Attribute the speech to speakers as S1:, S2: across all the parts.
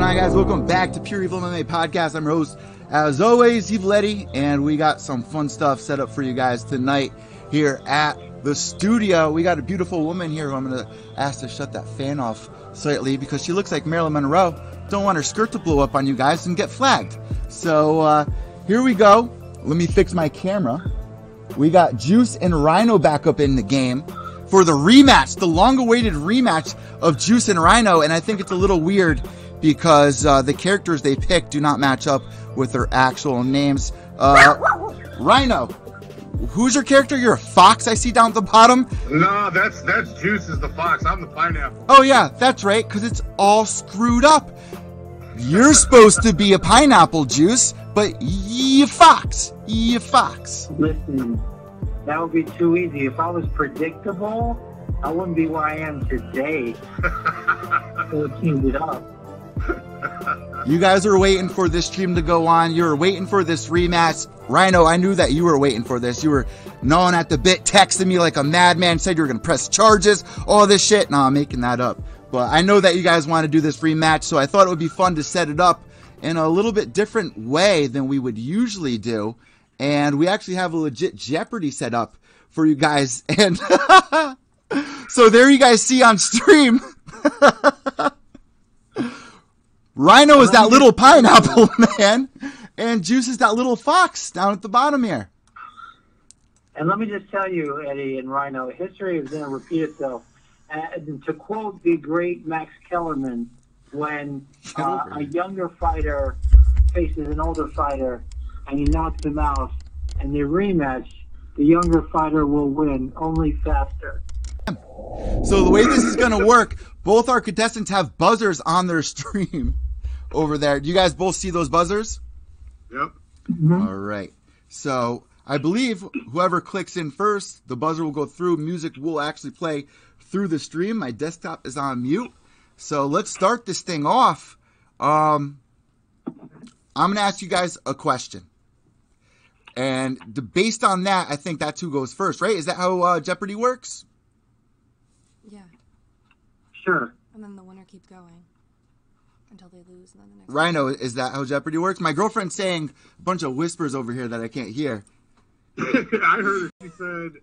S1: Hi, guys. Welcome back to Pure Evil MMA Podcast. I'm your host, as always, Eve Letty, and we got some fun stuff set up for you guys tonight here at the studio. We got a beautiful woman here who I'm going to ask to shut that fan off slightly because she looks like Marilyn Monroe. Don't want her skirt to blow up on you guys and get flagged. So uh, here we go. Let me fix my camera. We got Juice and Rhino back up in the game for the rematch, the long awaited rematch of Juice and Rhino. And I think it's a little weird because uh, the characters they pick do not match up with their actual names. Uh, Rhino, who's your character? You're a fox, I see down at the bottom.
S2: No, that's that's Juice is the fox. I'm the pineapple.
S1: Oh, yeah, that's right, because it's all screwed up. You're supposed to be a pineapple juice, but you fox. You fox.
S3: Listen, that would be too easy. If I was predictable, I wouldn't be where I am today. so it cleaned it up.
S1: You guys are waiting for this stream to go on. You were waiting for this rematch. Rhino, I knew that you were waiting for this. You were gnawing at the bit, texting me like a madman, said you were going to press charges, all this shit. No, I'm making that up. But I know that you guys want to do this rematch, so I thought it would be fun to set it up in a little bit different way than we would usually do. And we actually have a legit Jeopardy set up for you guys. And so there you guys see on stream. Rhino is that little pineapple man, and Juice is that little fox down at the bottom here.
S3: And let me just tell you, Eddie and Rhino, history is going to repeat itself. And to quote the great Max Kellerman, when uh, a younger fighter faces an older fighter and he knocks him out, and they rematch, the younger fighter will win, only faster.
S1: So the way this is going to work, both our contestants have buzzers on their stream over there. Do you guys both see those buzzers?
S2: Yep.
S1: All right. So I believe whoever clicks in first, the buzzer will go through. Music will actually play through the stream. My desktop is on mute. So let's start this thing off. Um, I'm going to ask you guys a question. And the, based on that, I think that's who goes first, right? Is that how uh, Jeopardy works?
S4: Yeah,
S3: Sure.
S4: and then the winner keeps going until they lose, and then the next.
S1: Rhino, is that how Jeopardy works? My girlfriend's saying a bunch of whispers over here that I can't hear.
S2: I heard it. She said,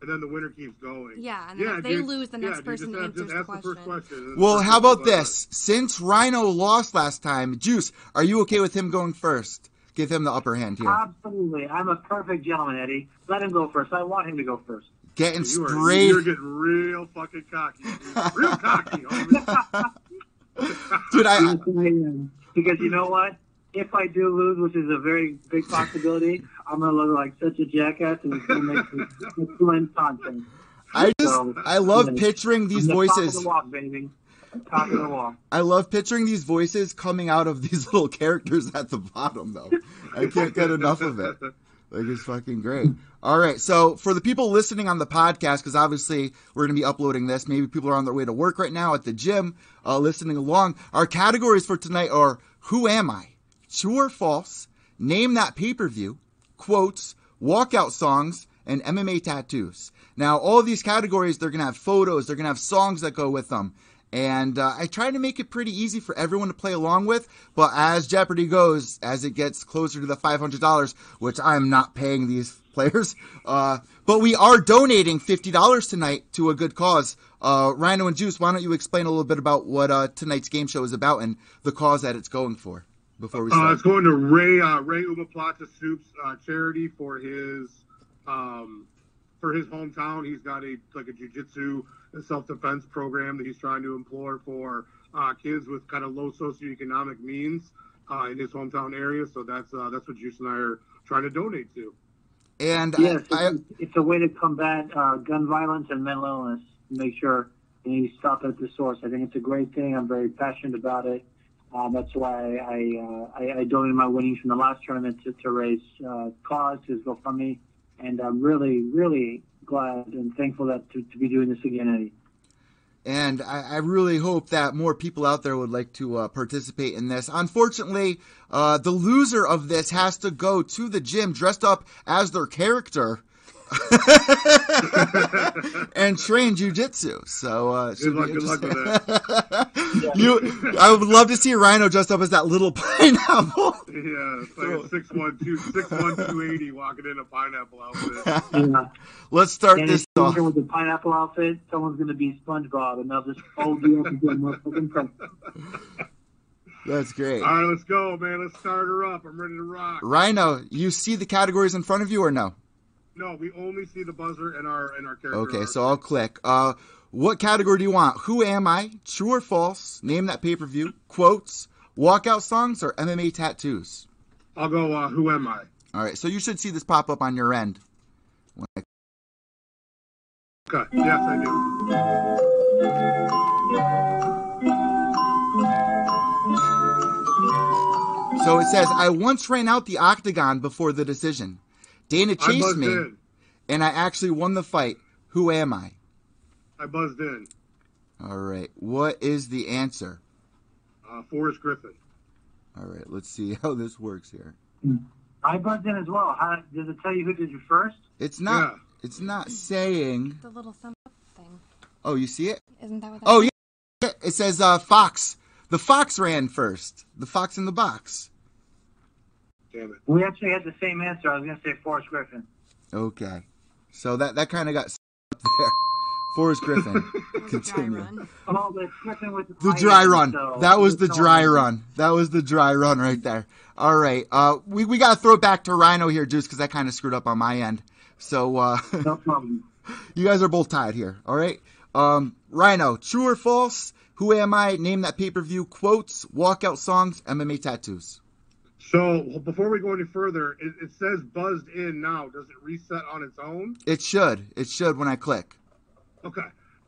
S2: and then the winner keeps going.
S4: Yeah, and then if they lose, the next person
S2: just, have-
S4: answers
S2: just
S4: the
S2: ask the first
S4: question.
S2: question. and then the
S1: Well,
S2: first
S1: how about
S2: person
S1: this? Since Rhino lost last time, Juice, are you okay with him going first? Give him the upper hand here.
S3: Absolutely. I'm a perfect gentleman, Eddie. Let him go first. I want him to go first.
S1: Getting
S2: You are,
S1: straight.
S2: You're getting real fucking cocky. dude. Real cocky. homie.
S1: Dude, I,
S3: Yes, I am. Because you know what? If I do lose, which is a very big possibility, I'm going to look like such a jackass and it's going to make some excellent content.
S1: I just,
S3: So,
S1: I love
S3: I'm
S1: picturing these
S3: the
S1: voices.
S3: Top of the walk, baby. Top of the walk.
S1: I love picturing these voices coming out of these little characters at the bottom, though. I can't get enough of it. Like, it's fucking great. All right. So, for the people listening on the podcast, because obviously we're going to be uploading this, maybe people are on their way to work right now at the gym, uh, listening along. Our categories for tonight are Who Am I? True or False? Name That Pay Per View, Quotes, Walkout Songs, and MMA Tattoos. Now, all of these categories, they're going to have photos, they're going to have songs that go with them. And uh, I try to make it pretty easy for everyone to play along with. But as Jeopardy goes, as it gets closer to the $500, which I'm not paying these players, uh, but we are donating $50 tonight to a good cause. Uh, Rhino and Juice, why don't you explain a little bit about what uh, tonight's game show is about and the cause that it's going for before we
S2: Uh,
S1: start?
S2: it's going to Ray uh, Ray Umaplata Soup's uh, charity for his um, for his hometown. He's got a like a jujitsu and self defense program that he's trying to employ for uh, kids with kind of low socioeconomic means uh, in his hometown area. So that's uh, that's what Juice and I are trying to donate to.
S1: and I-
S3: Yes,
S1: I,
S3: it's, it's a way to combat uh, gun violence and mental illness. Make sure you stop at the source. I think it's a great thing. I'm very passionate about it. Uh, that's why I, uh, I, I donated my winnings from the last tournament to, to raise uh, cause to his GoFundMe, and I'm really, really glad and thankful that to, to be doing this again. Eddie.
S1: and I, I really hope that more people out there would like to uh, participate in this. Unfortunately, uh, the loser of this has to go to the gym dressed up as their character and train jujitsu. So uh,
S2: Good luck- good luck with
S1: that. you, I would love to see Rhino dressed up as that little pineapple.
S2: Yeah, it's like a six one two six one two eighty walking in a pineapple outfit.
S3: Yeah.
S1: Let's start
S3: Dennis
S1: this off.
S3: Jr. Uh, with the pineapple outfit, someone's going to be SpongeBob, and they'll just fold you up and do a motherfucking crunch.
S1: That's great.
S2: All right, let's go, man. Let's start her up. I'm ready to rock.
S1: Rhino, you see the categories in front of you or no?
S2: No, we only see the buzzer and our and our character.
S1: Okay,
S2: art.
S1: so I'll click. Uh, what category do you want? Who am I? True or false? Name that pay per view. Quotes, walkout songs, or MMA tattoos?
S2: I'll go. Uh, who am I?
S1: All right, so you should see this pop up on your end. When I-
S2: Okay. Yes, I do.
S1: So it says, I once ran out the octagon before the decision. Dana
S2: I
S1: chased
S2: buzzed
S1: me,
S2: in.
S1: and I actually won the fight. Who am I?
S2: I buzzed in.
S1: All right, what is the answer?
S2: Uh, Forrest Griffin.
S1: All right, let's see how this works here.
S3: I buzzed in as well. How, does it tell you who did you first?
S1: It's not.
S2: Yeah.
S1: It's not saying.
S4: The little thumb up thing.
S1: Oh, you see it?
S4: Isn't that what that
S1: Oh yeah. yeah, It says uh, Fox. The Fox ran first. The Fox in the box.
S2: Damn it.
S3: We actually had the same answer. I was going to say Forrest Griffin.
S1: Okay. So that that kind of got s- up there. Forrest Griffin.
S4: was a dry
S1: Continue.
S4: run?
S3: Oh, the Griffin with the,
S1: The
S3: pineapple,
S1: dry run.
S3: so-
S1: That was the
S3: so-
S1: dry run. That was the dry run right there. All right. Uh, we we gotta throw it back to Rhino here, Juice, because I kind of screwed up on my end. So uh,
S3: No problem.
S1: you guys are both tied here. All right. Um, Rhino, true or false? Who am I? Name that pay per view. Quotes, walkout songs, MMA tattoos.
S2: So well, before we go any further, it, it says buzzed in now. Does it reset on its own?
S1: It should. It should when I click.
S2: Okay.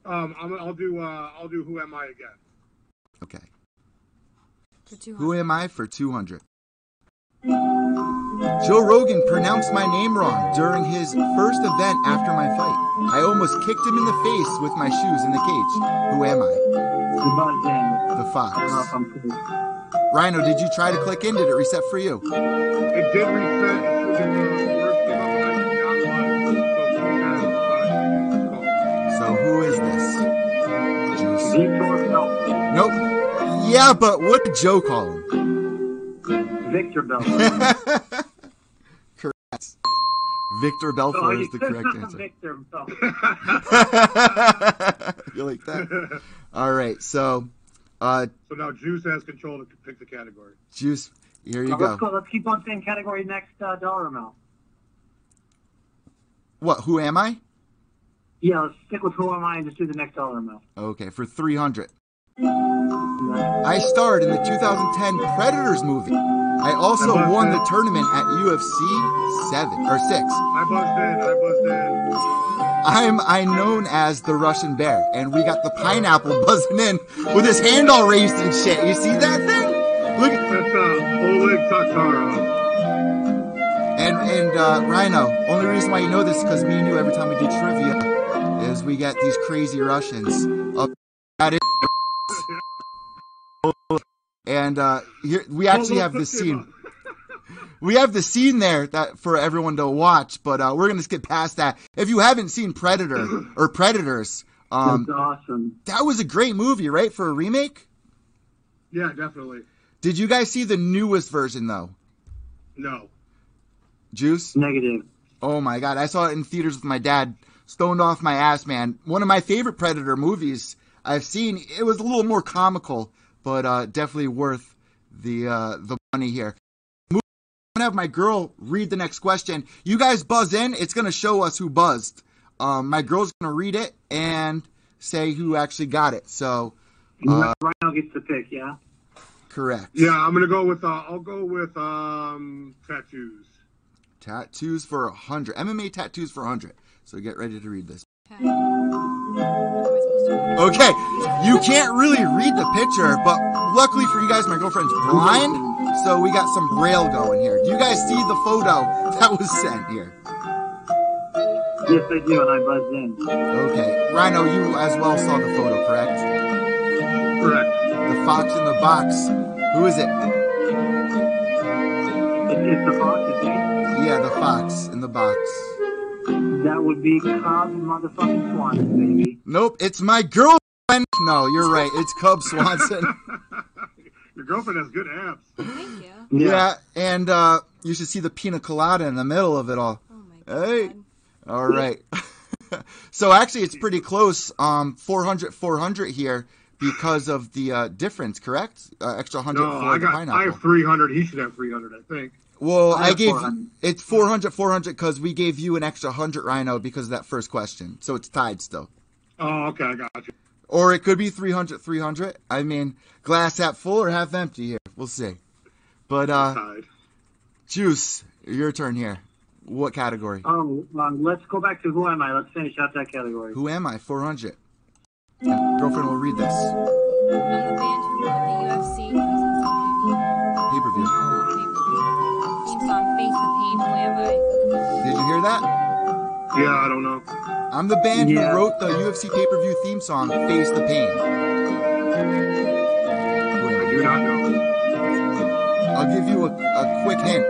S2: Um, I'm, I'll do. Uh, I'll do. Who am I again?
S1: Okay.
S4: For 200.
S1: Who am I for 200? Joe Rogan pronounced my name wrong during his first event after my fight. I almost kicked him in the face with my shoes in the cage. Who am I?
S3: The buzzed
S1: The
S3: in. I don't know if
S1: Fox.
S3: I'm correct.
S1: Rhino, did you try to click in? Did it reset for you?
S2: It did reset. It should be uh, the worst thing I've ever done. So, uh, uh,
S1: So who is this? Juice.
S3: Vitor Belfort.
S1: Nope. Yeah, but what did Joe call him?
S3: Victor Belfort.
S1: Victor
S3: So
S1: Belfort
S3: you
S1: is the
S3: said
S1: correct answer.
S3: Victor Belfort.
S1: you like that? All right. So, uh,
S2: so now Juice has control to pick the category.
S1: Juice, here you
S3: Now,
S1: go.
S3: Let's, go, let's keep on same category next uh, dollar amount.
S1: What? Who am I?
S3: Yeah, let's stick with who am I and just do the next dollar amount.
S1: Okay, for 300.
S3: Yeah.
S1: I starred in the 2010 Predators movie. I also
S2: How about
S1: won
S2: that?
S1: the tournament at UFC 7 or 6.
S2: I buzzed in. I buzzed in.
S1: I'm I known as the Russian bear and we got the pineapple buzzing in with his hand all raised and shit. You see that thing? Look at-
S2: That's uh, Oleg Tatarov.
S1: and and uh, Rhino, only reason why you know this is cuz me and you every time we do trivia is we get these crazy Russians up at it. And uh, here we actually have this scene. we have the scene there that for everyone to watch, but uh, we're gonna skip past that. If you haven't seen Predator or Predators, um,
S3: That's awesome.
S1: that was a great movie, right? For a remake.
S2: Yeah, definitely.
S1: Did you guys see the newest version though?
S2: No.
S1: Juice?
S3: Negative.
S1: Oh my god, I saw it in theaters with my dad, stoned off my ass, man. One of my favorite Predator movies I've seen. It was a little more comical, but uh, definitely worth the uh, the money here. Mo- I'm gonna have my girl read the next question. You guys buzz in. It's gonna show us who buzzed. Um, my girl's gonna read it and say who actually got it. So Uh,
S3: Rhino gets the pick, yeah?
S1: correct.
S2: Yeah, I'm gonna go with. Uh, I'll go with um, tattoos.
S1: Tattoos for a hundred. MMA tattoos for a hundred. So get ready to read this.
S4: Okay. How am I supposed to-
S1: Okay, you can't really read the picture, but luckily for you guys, my girlfriend's blind, so we got some braille going here. Do you guys see the photo that was sent here?
S3: Yes, I do, and I buzzed in.
S1: Okay, Rhino, you as well saw the photo, correct?
S2: Correct.
S1: The fox in the box. Who is it?
S3: It, it's the box, you see?
S1: Yeah, the fox in the box.
S3: That would be Cobb motherfucking Swanson, baby.
S1: Nope, it's my girlfriend. No, you're right. It's Cub Swanson.
S2: Your girlfriend has good abs.
S4: Thank you.
S1: yeah. and uh, you should see the pina colada in the middle of it all.
S4: Oh my god.
S1: Hey. All right. so actually, it's pretty close. Um, 400, 400 here because of the uh, difference, correct? Uh, extra 100
S2: No,
S1: for
S2: I
S1: the
S2: got.
S1: pineapple.
S2: I have 300. He should have 300, I think.
S1: Well,
S3: I
S1: I,
S3: have
S1: gave
S3: 400.
S1: it's 400 400 because we gave you an extra 100 rhino because of that first question. So it's tied still.
S2: Oh, okay, I got you.
S1: Or it could be 300 300. I mean, glass half full or half empty here. We'll see. But uh
S2: Tied.
S1: Juice, your turn here. What category?
S3: Oh, um, let's go back to who am I? Let's finish out that category.
S1: Who am I? 400. My girlfriend will read this.
S4: I'm a band who wrote the UFC presents on
S1: Pay-per-view.
S4: pay-per-view. Theme song Face the Pain, Who Am I?
S1: Did you hear that?
S2: Yeah, I don't know.
S1: I'm the band
S3: Yeah.
S1: who wrote the UFC pay-per-view theme song, Face the Pain. Who am I?
S2: I do not know.
S1: I'll give you a, a quick hint.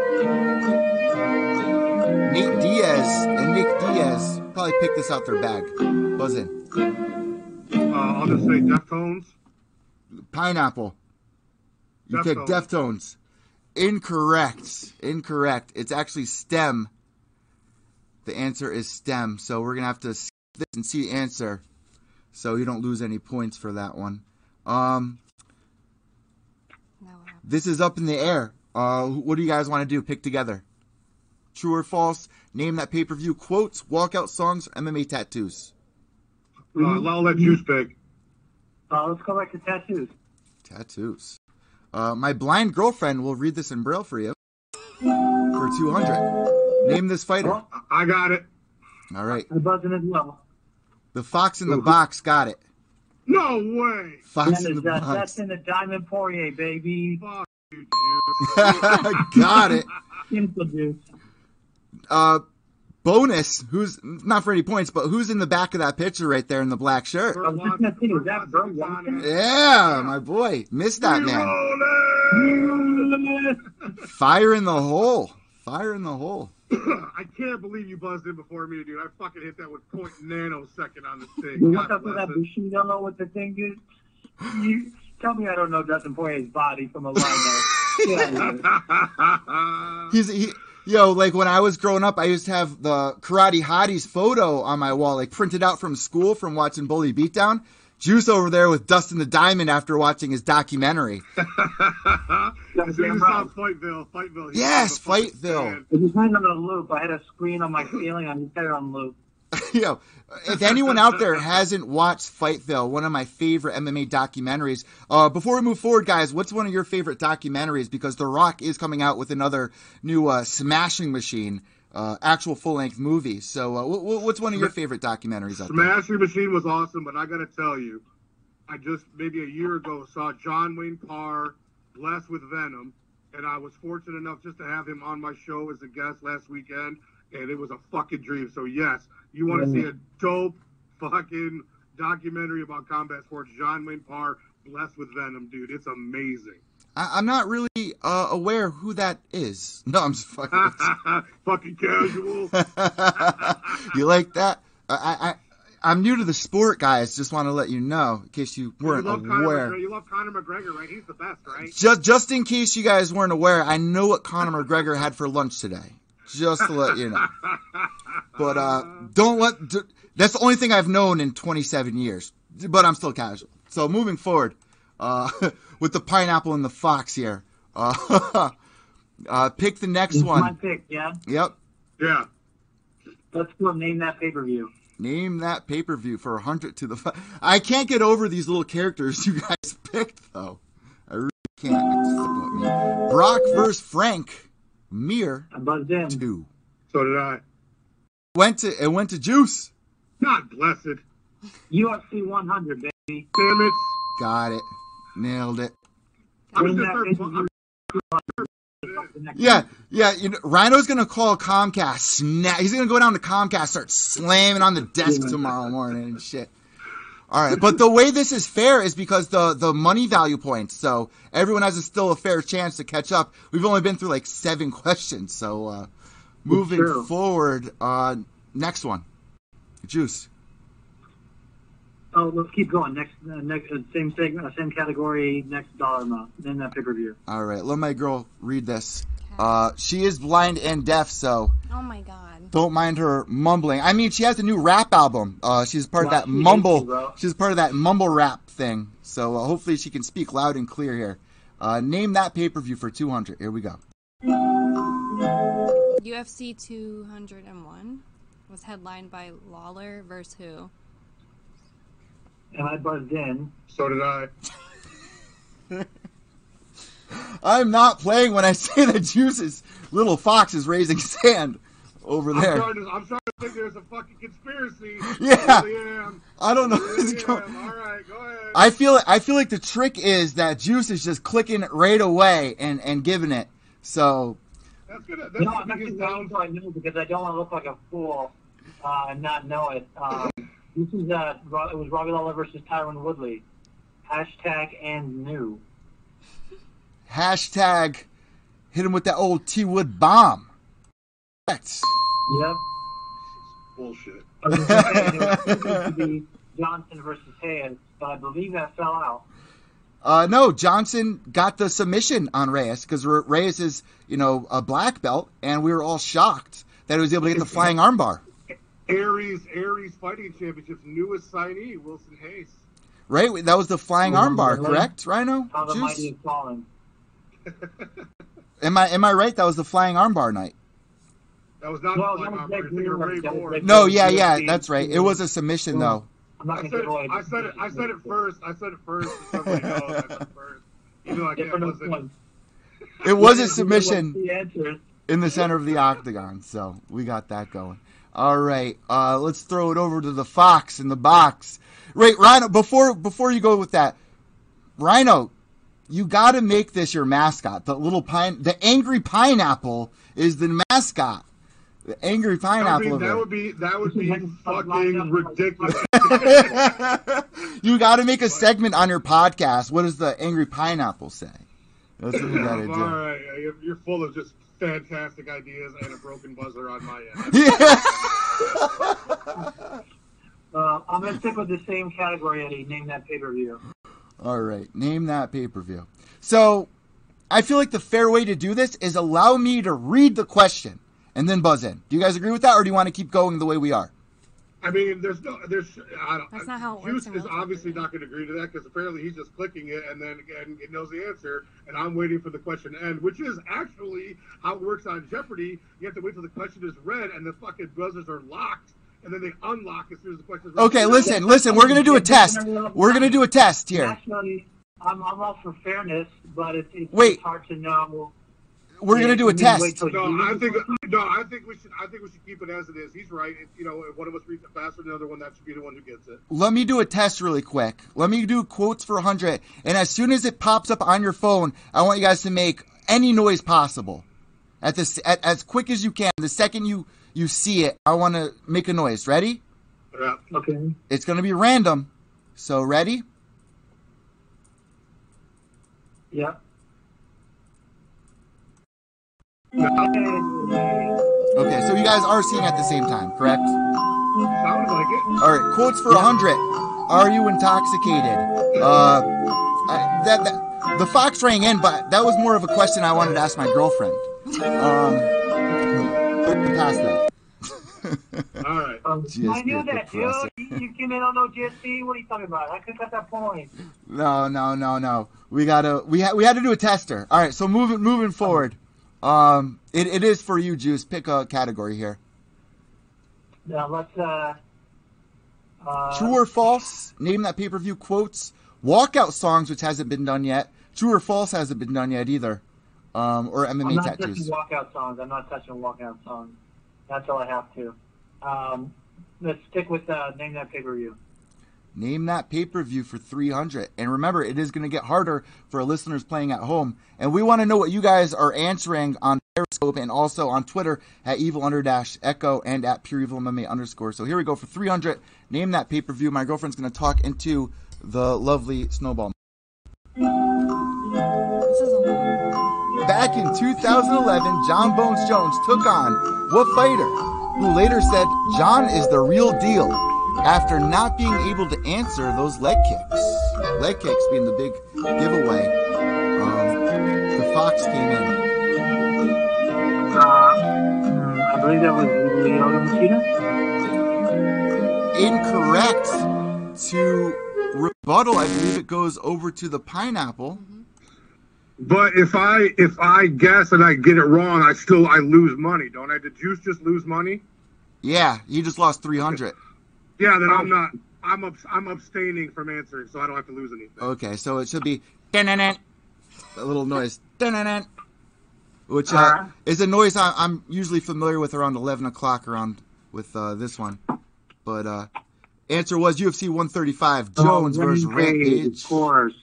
S1: Nate Diaz and Nick Diaz probably picked this out their bag. Buzz in.
S2: Uh, I'll just say Deftones. Uh,
S1: Pineapple. You picked Deftones. Incorrect. Incorrect. It's actually STEM. The answer is STEM. So we're going to have to skip this and see the answer. So you don't lose any points for that one. Um,
S4: Now what happened?
S1: This is up in the air. Uh, what do you guys want to do? Pick together. True or false? Name that pay per view. Quotes, walkout songs, MMA tattoos.
S2: Uh, I'll let Juice pick.
S3: Uh, let's go back to tattoos.
S1: Tattoos. Uh, my blind girlfriend will read this in braille for you. For 200. Name this fighter.
S2: I- I got it.
S1: All right.
S3: The buzzing as well.
S1: The Fox in the Box got it.
S2: No way.
S3: And
S1: Fox
S3: then
S1: in the
S3: there's that, uh, that's
S1: Box.
S3: in the Diamond Poirier, baby.
S2: Fuck you, Juice.
S1: got it.
S3: Simple juice.
S1: Uh, bonus. Who's not for any points, but who's in the back of that picture right there in the black shirt?
S2: Burt
S3: just gonna say, is that Burt Watson?
S1: Yeah, my boy. Missed that man. Fire in the hole. Fire in the hole.
S2: I can't believe you buzzed in before me, dude. I fucking hit that with point nanosecond on this
S3: You
S2: thing.
S3: look
S2: God
S3: up with
S2: bless
S3: that
S2: it.
S3: machine, don't know what the thing is. You tell me I don't know Dustin Poirier's body from a line there.
S1: He's he, yo, like when I was growing up, I used to have the karate hotties photo on my wall, like printed out from school from watching Bully Beatdown. Juice over there with Dustin the Diamond after watching his documentary.
S2: As soon as you saw Fightville, Fightville. he
S1: Yes,
S2: was on the fucking
S1: Fightville.
S2: stand.
S3: It just went on a loop. I had a screen on my ceiling. I just had it on loop.
S1: yo, if anyone out there hasn't watched Fightville, one of my favorite MMA documentaries. Uh, before we move forward, guys, what's one of your favorite documentaries? Because The Rock is coming out with another new uh, Smashing Machine, uh, actual full length movie. So, uh, wh- wh- what's one of your favorite documentaries out there?
S2: Smashing Machine was awesome, but I gotta tell you, I just maybe a year ago saw John Wayne Parr blessed with Venom, and I was fortunate enough just to have him on my show as a guest last weekend, and it was a fucking dream. So yes, you want to see a dope fucking documentary about combat sports? John Wayne Parr blessed with Venom, dude, it's amazing.
S1: I- I'm not really uh, aware who that is. No, I'm just fucking.
S2: fucking casual.
S1: you like that? I, I, I'm new to the sport, guys. Just want to let you know in case you
S2: You
S1: weren't
S2: love,
S1: aware.
S2: Conor McGregor, you love Conor McGregor, right? He's the best, right?
S1: Just just in case you guys weren't aware, I know what Conor McGregor had for lunch today. Just to let you know. But uh, don't let. d- That's the only thing I've known in 27 years. But I'm still casual. So moving forward, uh, with the pineapple and the fox here, uh, uh, pick the next
S3: It's my
S1: one.
S3: pick, yeah?
S1: Yep.
S2: Yeah.
S3: Let's go name that pay per view.
S1: Name that pay per view for 100 to the. Fi- I can't get over these little characters you guys picked, though. I really can't. It's fucking with me. Brock versus Frank. Mir
S3: I buzzed in.
S1: two.
S2: So did I.
S1: Went to it went to Juice.
S2: God bless it.
S3: UFC 100, baby.
S2: Damn it.
S1: Got it. Nailed it.
S2: I'm
S3: Win
S2: just
S3: that
S2: there-
S3: pay-per-view.
S2: I'm-
S3: The next
S1: Yeah, yeah. You know, Rhino's gonna call Comcast. Snap. He's gonna go down to Comcast, start slamming on the desk tomorrow morning and shit. All right, but the way this is fair is because the the money value points. So everyone has a, still a fair chance to catch up. We've only been through like seven questions, so uh, moving
S3: Sure.
S1: forward, uh, Next one. Juice.
S3: Oh, let's keep going. Next, uh, next, uh, same segment, uh, same category. Next dollar amount. Then that pay per view.
S1: All right, let my girl read this. Uh, she is blind and deaf, so
S4: Oh my god.
S1: don't mind her mumbling. I mean, she has a new rap album. Uh, she's part of
S3: Wow,
S1: that
S3: she hates
S1: mumble.
S3: you, bro.
S1: she's part of that mumble rap thing. So uh, hopefully she can speak loud and clear here. Uh, name that pay per view for two hundred. Here we go.
S4: UFC 201 was headlined by Lawler versus who?
S3: And I buzzed in.
S2: So did I.
S1: I'm not playing when I say that Juice is little fox is raising sand over
S2: I'm
S1: there.
S2: starting, to, I'm starting to think there's a fucking conspiracy.
S1: Yeah.
S2: I really am.
S1: I don't know.
S2: I
S1: What's
S2: really
S1: going-
S2: am. All right, go ahead.
S1: I feel I feel like the trick is that Juice is just clicking it right away and and giving it. So
S2: that's gonna. That's
S3: No,
S2: gonna
S3: I'm
S2: be
S3: actually
S2: his
S3: going
S2: downfall.
S3: so I know because I don't want to look like a fool uh, and not know it. Uh, this is uh, Ro- it was Robbie Lawler versus Tyron Woodley. Hashtag and new.
S1: hashtag hit him with that old T Wood bomb. Correct.
S3: Yep.
S2: Bullshit.
S3: I was gonna say, there was supposed to be Johnson versus Hayes, but I believe that fell out.
S1: Uh, no, Johnson got the submission on Reyes because Reyes is you know a black belt, and we were all shocked that he was able to get the flying armbar.
S2: Aries Aries Fighting Championship's newest signee, Wilson Hayes.
S1: Right, that was the flying armbar,
S3: Really?
S1: correct, Rhino?
S3: How the mighty
S1: Juice?
S3: has fallen.
S1: Am I am I right? That was the flying armbar night.
S2: That was not
S3: Well,
S2: my
S3: that was
S2: number.
S3: Greg
S2: You're thinking of
S3: Miller.
S2: Ray
S3: That was
S2: Moore.
S3: Greg
S1: No,
S3: Miller.
S1: yeah, yeah, that's right. It was a submission though.
S3: I'm not
S2: I
S3: going
S2: said,
S3: to
S2: it,
S3: give away.
S2: I said it. I said it first. I said it first. so Somebody knows I said it first. Even though I can't
S3: Different
S2: listen.
S3: one.
S1: It was
S3: Yeah,
S1: a
S3: who
S1: submission.
S3: was the answer?
S1: in the center of the octagon. So we got that going. All right, uh, let's throw it over to the fox in the box. Right, Rhino. Before before you go with that, Rhino, you got to make this your mascot. The little pine, the angry pineapple is the mascot. The angry
S2: That would,
S1: pineapple.
S2: be,
S1: over
S2: that
S1: there.
S2: would be that would be
S3: Like, line up.
S2: fucking ridiculous.
S1: you got to make a segment on your podcast. What does the angry pineapple say? That's what we got to
S2: All
S1: do.
S2: right, you're- you're full of just fantastic ideas and a broken buzzer on my end.
S3: Uh, I'm going to stick with the same category, Eddie. Name that pay per view.
S1: All right, name that pay per view. So I feel like the fair way to do this is allow me to read the question and then buzz in. Do you guys agree with that, or do you want to keep going the way we are?
S2: I mean, there's no, there's. I don't,
S4: That's not how it
S2: Juice
S4: works in
S2: is
S4: real life,
S2: obviously
S4: yeah.
S2: not going to agree to that because apparently he's just clicking it and then again it knows the answer, and I'm waiting for the question to end, which is actually how it works on Jeopardy. You have to wait till the question is read and the fucking buzzers are locked, and then they unlock as soon as the question is read.
S1: Okay, listen, listen. We're gonna do a test. We're gonna do a test here.
S3: Actually, I'm, I'm all for fairness, but it's, it's
S1: Wait.
S3: hard to know.
S1: We're gonna do a
S3: You mean wait
S1: test.
S3: till
S2: No,
S3: you-
S2: I think no, I think we should. I think we should keep it as it is. He's right. If, you know, if one of us reads it faster than the other one, that should be the one who gets it.
S1: Let me do a test really quick. Let me do quotes for 100, and as soon as it pops up on your phone, I want you guys to make any noise possible, at this at, as quick as you can. The second you you see it, I want to make a noise. Ready?
S2: Yeah.
S3: Okay.
S1: It's going to be random. So ready?
S3: Yeah.
S1: Okay, so you guys are seeing at the same time, correct?
S2: Sounds like it.
S1: All right, quotes for a 100. Are you intoxicated? Uh, I, that, that the fox rang in, but that was more of a question I wanted to ask my girlfriend. Um, we're past that.
S2: All right.
S3: Um,
S1: GSP
S3: I knew
S1: is
S3: that, dude.
S1: depressing.
S3: You, you came in on no GSP. What are you talking about? I could cut that point.
S1: No, no, no, no. We gotta. We had. We had to do a tester. All right. So moving moving forward. Um, it, it is for you, Juice. Pick a category here.
S3: Now let's. Uh, uh,
S1: True or false? Name that pay per view quotes. Walkout songs, which hasn't been done yet. True or false hasn't been done yet either. Um, or
S3: I'm
S1: MMA
S3: not touching
S1: tattoos.
S3: walkout songs. I'm not touching walkout songs. That's all I have to. Um, let's stick with uh, name that pay per view.
S1: Name that pay per view for 300. And remember, it is going to get harder for our listeners playing at home. And we want to know what you guys are answering on Periscope and also on Twitter at evil under dash echo and at pure evil MMA underscore. So here we go for 300. Name that pay per view. My girlfriend's going to talk into the lovely snowball.
S4: This is a long
S1: Back in 2011, John Bones Jones took on what fighter? who later said John is the real deal after not being able to answer those leg kicks. Leg kicks being the big giveaway. Um, the Fox came in.
S3: Uh, mm, I believe that was Leo Yamashita.
S1: Incorrect to rebuttal. I believe it goes over to the pineapple.
S2: But if I if I guess and I get it wrong, I still I lose money, don't I? Did Juice just lose money?
S1: Yeah, he just lost 300.
S2: Yeah, then I'm not. I'm abs- I'm abstaining from answering, so I don't have to lose anything.
S1: Okay, so it should be "Dun-dun-dun," a little noise, "Dun-dun-dun," which uh,
S3: Uh-huh.
S1: is a noise I, I'm usually familiar with around 11 o'clock around with uh, this one. But uh, answer was UFC 135 Jones
S3: Oh,
S1: versus
S3: Rampage,
S1: Rampage.
S3: Of course.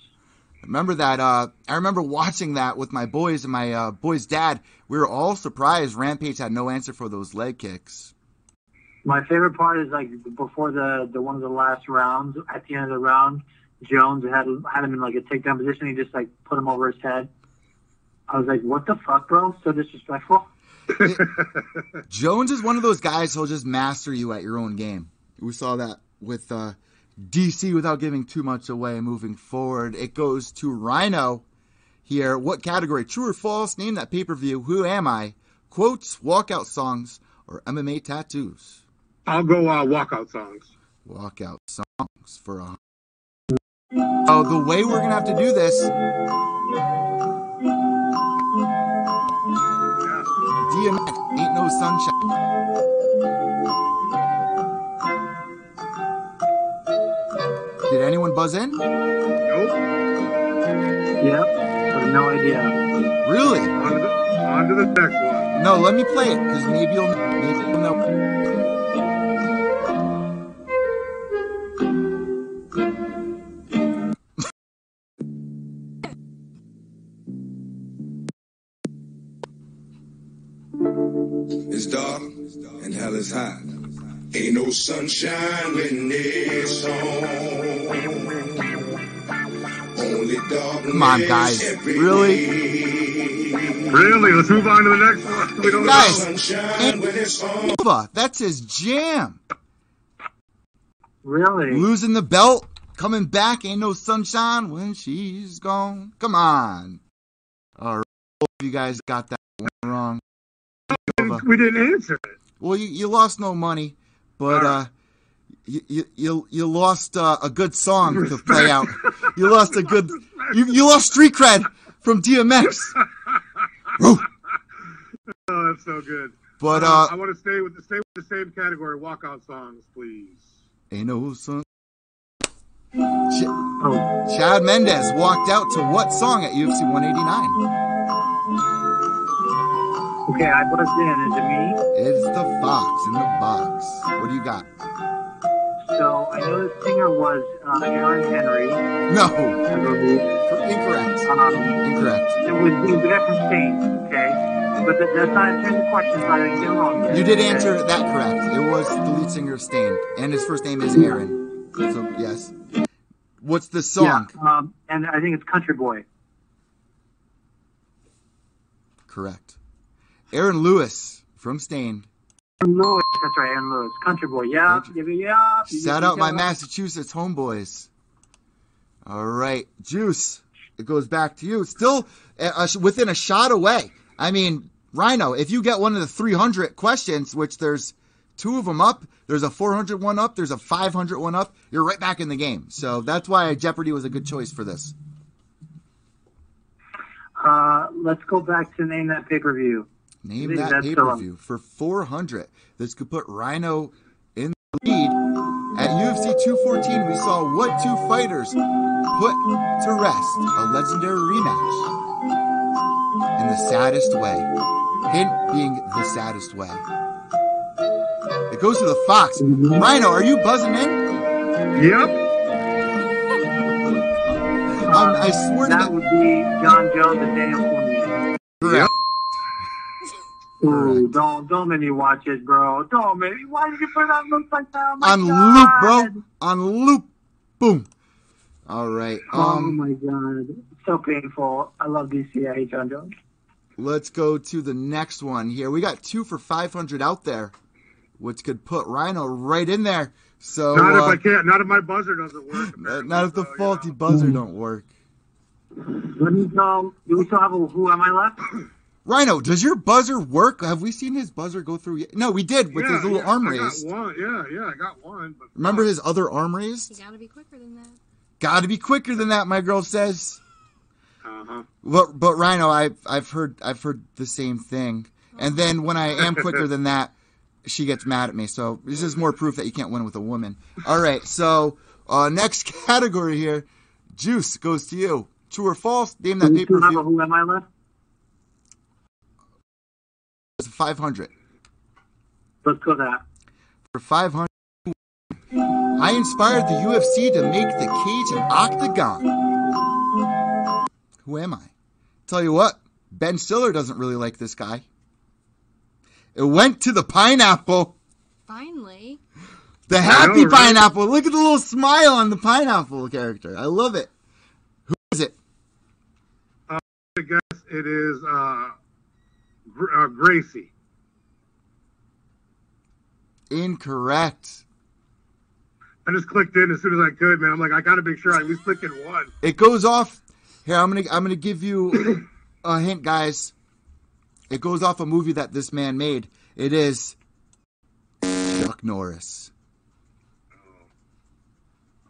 S1: Remember that? Uh, I remember watching that with my boys and my uh, boy's dad. We were all surprised Rampage had no answer for those leg kicks.
S3: My favorite part is like before the, the one of the last rounds, at the end of the round, Jones had had him in like a takedown position. He just like put him over his head. I was like, "What the fuck, bro? So disrespectful."
S1: Jones is one of those guys who'll just master you at your own game. We saw that with uh, DC without giving too much away moving forward. It goes to Rhino here. What category? True or false? Name that pay per view. Who am I? Quotes, walkout songs, or MMA tattoos?
S2: I'll go uh, walkout songs.
S1: Walkout songs for a. Oh, the way we're going to have to do this
S2: Yeah.
S1: DMX ain't no sunshine. Did anyone buzz in?
S2: Nope.
S3: Yep. I have no idea.
S1: Really?
S2: On to, the, on to the next one.
S1: No, let me play it because maybe you'll maybe you'll know.
S5: It's dark and hell is hot. Ain't no sunshine when it's on. Only darkness.
S1: Come on, guys.
S5: every
S1: Really?
S2: Really? Let's move on to the next one. We don't know.
S1: Guys.
S5: Sunshine when it's on.
S1: Nova, that's his jam.
S3: Really?
S1: Losing the belt, coming back, ain't no sunshine when she's gone. Come on. All right. Hope you guys got that one wrong. Nova.
S2: We didn't answer it.
S1: Well, you, you lost no money, but uh, you, you you you lost uh, a good song to play out. You lost a good you, you lost street cred from DMX.
S2: Oh, that's so good.
S1: But
S2: Uh, I
S1: uh,
S2: want to stay with the stay with the same category. Walkout songs, please.
S1: ain't no sun.
S3: Oh,
S1: Chad Mendez walked out to what song at UFC 189?
S3: okay. I buzzed in. Is it me?
S1: It's the Fox in the box. What do you got?
S3: So I know the singer was uh, Aaron Henry.
S1: No,
S3: I believe.
S1: incorrect,
S3: Um,
S1: incorrect.
S3: it was he was there from Spain, okay? But that, that's not answering the question, so I didn't get it wrong. yet,
S1: You did
S3: okay?
S1: answer that correct. It was the lead singer of Stain, and his first name is Aaron. So yes. What's the
S3: Yeah,
S1: song?
S3: um, and I think it's Country Boy.
S1: Correct. Aaron Lewis from Stain.
S3: Aaron Lewis. That's right, Aaron Lewis. Country Boy. Yeah,
S1: Country-
S3: yeah, yeah.
S1: Shout out my Massachusetts homeboys. All right, Juice. It goes back to you. Still uh, uh, within a shot away. I mean, Rhino, if you get one of the 300 questions, which there's two of them up, there's a 400 one up, there's a 500 one up, you're right back in the game. So that's why Jeopardy was a good choice for this.
S3: Uh, let's go back to name that pay per view.
S1: Name
S3: Maybe
S1: that
S3: that's
S1: pay
S3: the
S1: per
S3: one.
S1: view for 400. This could put Rhino in the lead. At UFC 214, we saw what two fighters put to rest a legendary rematch in the saddest way. Hint being the saddest way. It goes to the Fox. Rhino, are you buzzing in?
S2: Yep.
S1: Um, I swear to
S3: That
S1: God.
S3: would be John Jones and Daniel Cormier.
S1: Correct.
S3: Ooh,
S1: Correct.
S3: don't don't make me watch it, bro. Don't make me. Why did you put it on loop like that? Oh my
S1: On
S3: God.
S1: loop, bro. On loop. Boom. All right.
S3: oh
S1: Um,
S3: my god, so painful. I love DC. I hate John Jones.
S1: Let's go to the next one here. We got two for 500 out there. which could put Rhino right in there. So
S2: Not if
S1: uh,
S2: I can't. Not if my buzzer doesn't work.
S1: not,
S2: apparently,
S1: not if the
S2: so, you
S1: faulty
S2: know.
S1: buzzer don't work.
S3: Let me know. Do we still have a, who am I left?
S1: Rhino, does your buzzer work? Have we seen his buzzer go through? Yet? No, we did with
S2: Yeah,
S1: his little
S2: yeah,
S1: arm
S2: I got
S1: raised.
S2: one. Yeah, yeah, I got one. But
S1: Remember his other arm
S4: You
S1: raised?
S4: gotta be quicker than that.
S1: Got to be quicker than that, my girl says.
S2: Uh huh.
S1: But but Rhino, I've I've heard I've heard the same thing. And then when I am quicker than that, she gets mad at me. So this is more proof that you can't win with a woman. All right, so uh, next category here, Juice goes to you. True or false? Name
S3: Do
S1: that
S3: we
S1: pay
S3: still
S1: per
S3: have a
S1: view.
S3: who am I left?
S1: Five hundred
S3: Let's go that.
S1: for five hundred. I inspired the UFC to make the cage an octagon. Who am I? Tell you what, Ben Stiller doesn't really like this guy. It went to the pineapple.
S4: Finally,
S1: The happy
S2: know, right?
S1: pineapple. Look at the little smile on the pineapple character. I love it. Who is it?
S2: I guess it is uh, Gr- uh, Gracie.
S1: Incorrect.
S2: I just clicked in as soon as I could, man. I'm like, I gotta make sure I at least click in one.
S1: It goes off. Here, I'm gonna I'm gonna give you a hint, guys. It goes off a movie that this man made. It is Chuck Norris.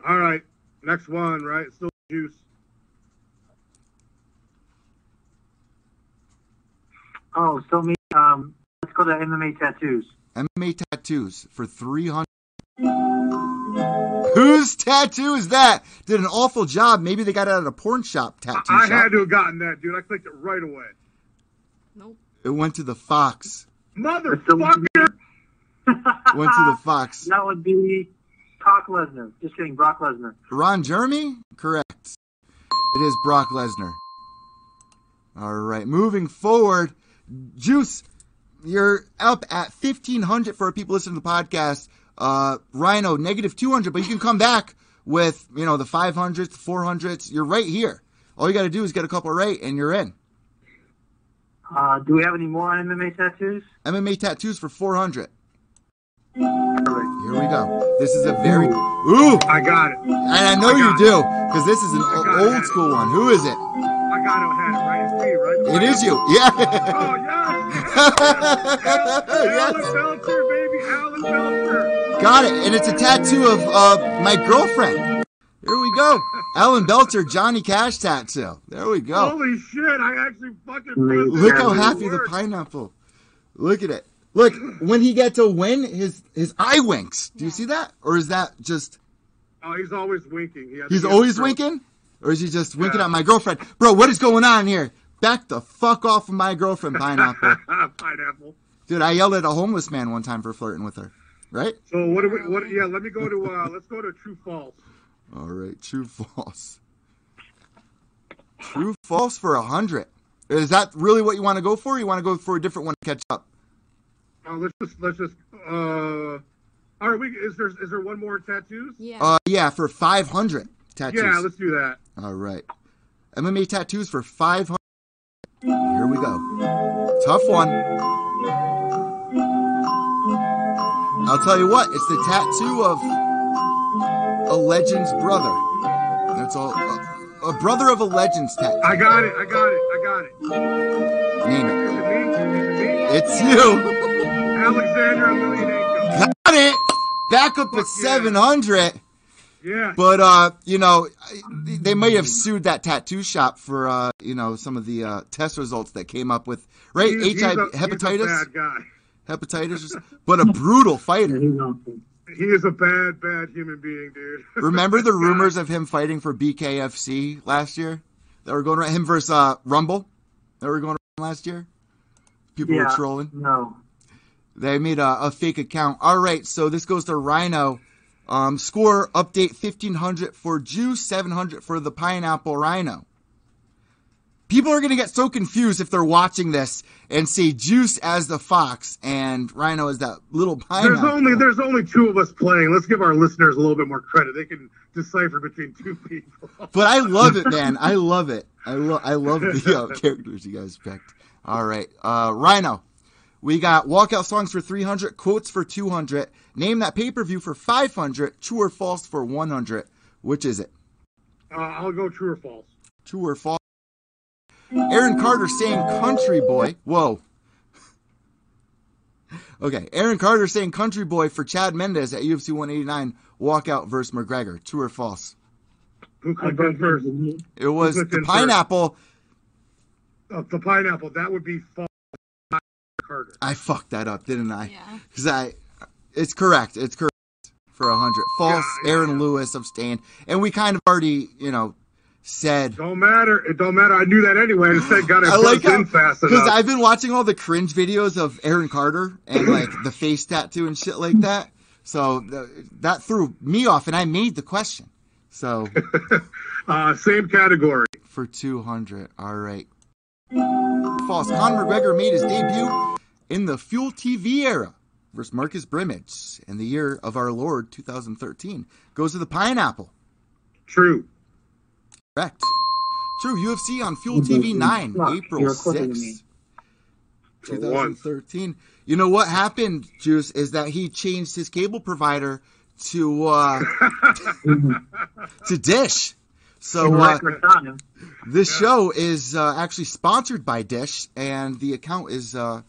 S2: All right, next one, right? Still juice.
S3: Oh, so me. Um, let's go to MMA tattoos.
S1: MMA tattoos for 300. Whose tattoo is that? Did an awful job. Maybe they got it at a porn shop tattoo
S2: I
S1: shop.
S2: had to have gotten that, dude. I clicked it right away.
S4: nope.
S1: It went to the Fox.
S2: Motherfucker!
S1: Went to the Fox.
S3: That would be Brock Lesnar. Just kidding, Brock Lesnar.
S1: Ron Jeremy? Correct. It is Brock Lesnar. All right, moving forward, Juice, you're up at 1500 for people listening to the podcast. Uh, Rhino, negative 200, but you can come back with, you know, the 500s, the 400s. You're right here. All you got to do is get a couple right, and you're in.
S3: Uh, do we have any more on MMA tattoos?
S1: MMA tattoos for 400.
S2: Perfect.
S1: Here we go. This is a very. Ooh!
S2: I got it.
S1: And I know
S2: I
S1: you
S2: got
S1: do, because this is an
S2: got
S1: o-
S2: it.
S1: old school one. Who is it?
S2: I got it. I had it right. It's me, right?
S1: It is you. Yeah.
S2: Oh, yes! yes.
S1: Yes.
S2: Alan Belcher, baby. Alan Belcher.
S1: Got it. And it's a tattoo of uh, my girlfriend. Here we go. Alan Belcher, Johnny Cash tattoo. There we go.
S2: Holy shit, I actually fucking
S3: Look
S1: Look how
S2: It
S1: happy the
S2: worked.
S1: pineapple. Look at it. Look, when he gets a win, his his eye winks. Do you
S4: Yeah.
S1: see that? Or is that just
S2: Oh, he's always winking. He has-
S1: he's
S2: he has
S1: always
S2: throat.
S1: winking? Or is he just winking
S2: Yeah.
S1: at my girlfriend? Bro, what is going on here? Back the fuck off of my girlfriend, pineapple.
S2: Ah, pineapple.
S1: Dude, I yelled at a homeless man one time for flirting with her. Right?
S2: So what do we? What? Yeah, let me go to. uh Let's go to true false.
S1: All right, true false. True false for a hundred. Is that really what you want to go for? Or you want to go for a different one to catch up?
S2: Uh, let's just. Let's just. uh All right. We, is there? Is there one more in tattoos?
S4: Yeah.
S1: Uh, yeah, for five hundred tattoos.
S2: Yeah. Let's do that.
S1: All right, MMA tattoos for five hundred. Here we go. Tough one. I'll tell you what, it's the tattoo of a legend's brother. That's all. A, a brother of a legend's tattoo.
S2: I got it. I got it. I got it.
S1: Name it.
S2: Is it me? Is it me?
S1: It's you.
S2: Alexander Emelianenko.
S1: Got it. Back up at
S2: yeah.
S1: 700.
S2: Yeah.
S1: But, uh, you know, I- they might have sued that tattoo shop for, uh, you know, some of the uh, test results that came up with, right?
S2: He's- he's
S1: HIV,
S2: a- he's a
S1: hepatitis,
S2: bad guy.
S1: hepatitis, or something. but a brutal fighter.
S3: He's on-
S2: He is a bad, bad human being, dude.
S1: Remember the rumors of him fighting for BKFC last year? That were going around, him versus uh, Rumble that were going around last year? People were trolling.
S3: No.
S1: They made a, a fake account. All right, so this goes to Rhino. Um, score update fifteen hundred for Juice, seven hundred for the Pineapple Rhino. People are gonna get so confused if they're watching this and see Juice as the fox and Rhino as that little
S2: There's
S1: pineapple.
S2: only there's only two of us playing. Let's give our listeners a little bit more credit. They can decipher between two people. Uh,
S1: but I love it, man. I love it. I love I love the uh, characters you guys picked. All right, uh, Rhino. We got walkout songs for 300, quotes for 200, name that pay per view for 500, true or false for 100. Which is it?
S2: Uh, I'll go true or false.
S1: True or false? Aaron Carter saying country boy. Whoa. Okay, Aaron Carter saying country boy for Chad Mendez at UFC 189 walkout versus McGregor. True or false?
S2: Who clicked in first?
S1: It was
S2: clicked
S1: the
S2: in first?
S1: pineapple.
S2: Uh, the pineapple. That would be false. not Carter.
S1: I fucked that up, didn't I?
S4: Yeah.
S1: Because I, it's correct. It's correct for a hundred. False.
S2: Yeah, yeah,
S1: Aaron
S2: yeah.
S1: Lewis abstained, and we kind of already, you know, said.
S2: Don't matter. It don't matter. I knew that anyway. I just said got it
S1: I like
S2: built
S1: how
S2: in fast
S1: because
S2: enough.
S1: I've been watching all the cringe videos of Aaron Carter and like the face tattoo and shit like that. So th- that threw me off, and I made the question. So
S2: Uh, same category.
S1: for two hundred, all right. False. Conor McGregor made his debut in the Fuel TV era versus Marcus Brimage in the year of our Lord 2013. Goes to the pineapple.
S2: True.
S1: Correct. True. UFC on Fuel TV 9,
S3: Mm-hmm. Fuck,
S1: April
S3: you're quicker than
S1: 6th,
S3: me.
S2: For once.
S1: 2013. You know what happened, Juice, is that he changed his cable provider to uh, to Dish.
S3: In
S1: So uh,
S3: record time.
S1: this show is uh, actually sponsored by Dish, and the account is uh,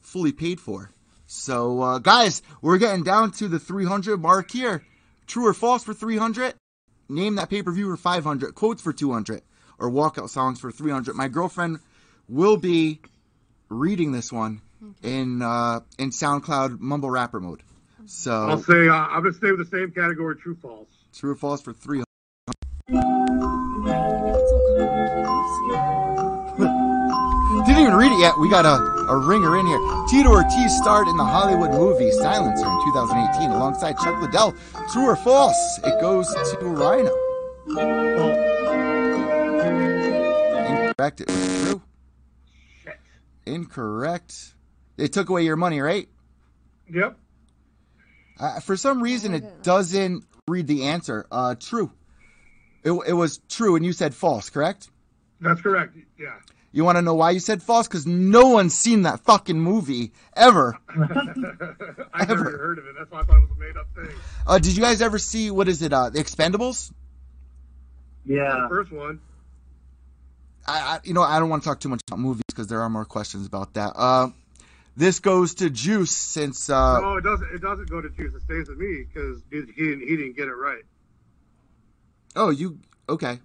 S1: fully paid for. So, uh, guys, we're getting down to the 300 mark here. True or false for 300? Name that pay per view for 500, quotes for 200, or walkout songs for 300. My girlfriend will be reading this one in uh, in SoundCloud mumble rapper mode.
S2: I'll
S1: So,
S2: say uh, I'm gonna stay with the same category. True, false.
S1: true or false for 300? Didn't even read it yet. We got a, a ringer in here. Tito Ortiz starred in the Hollywood movie Silencer in 2018 alongside Chuck Liddell. True or false? It goes to Rhino.
S2: False.
S1: Incorrect. It was true.
S2: Shit.
S1: Incorrect. They took away your money, right?
S2: Yep.
S1: Uh, for some reason, it doesn't read the answer. Uh, true. It, it was true, and you said false, correct?
S2: That's correct. Yeah.
S1: You want to know why you said false? Because no one's seen that fucking movie ever.
S2: I never
S1: Ever.
S2: heard of it. That's why I thought it was a made up thing.
S1: Uh, did you guys ever see what is it? Uh, the Expendables?
S3: Yeah.
S2: First one.
S1: I, I you know I don't want to talk too much about movies because there are more questions about that. Uh, this goes to Juice since uh,
S2: No, Oh, it doesn't. It doesn't go to choose. It stays with me because he didn't. He didn't get it right.
S1: oh you okay.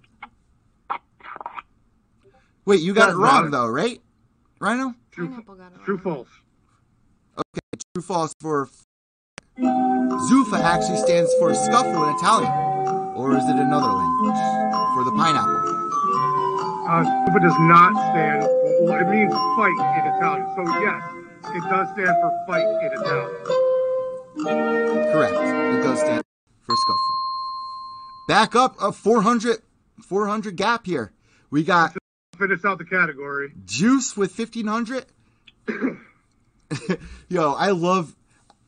S1: Wait, you got it
S2: Doesn't
S1: wrong
S2: matter.
S1: though, right? Rhino,
S2: True.
S4: Pineapple got it
S2: True,
S4: wrong.
S2: false.
S1: true false for Zuffa actually stands for scuffle in Italian, or is it another language for the pineapple?
S2: Uh, Stupa does not stand. Well, it means fight in Italian. So yes, it does stand for fight in Italian.
S1: Correct, it does stand for scuffle. Back up a 400, 400 gap here. We got
S2: Finish out the category.
S1: Juice with fifteen hundred. Yo, I love.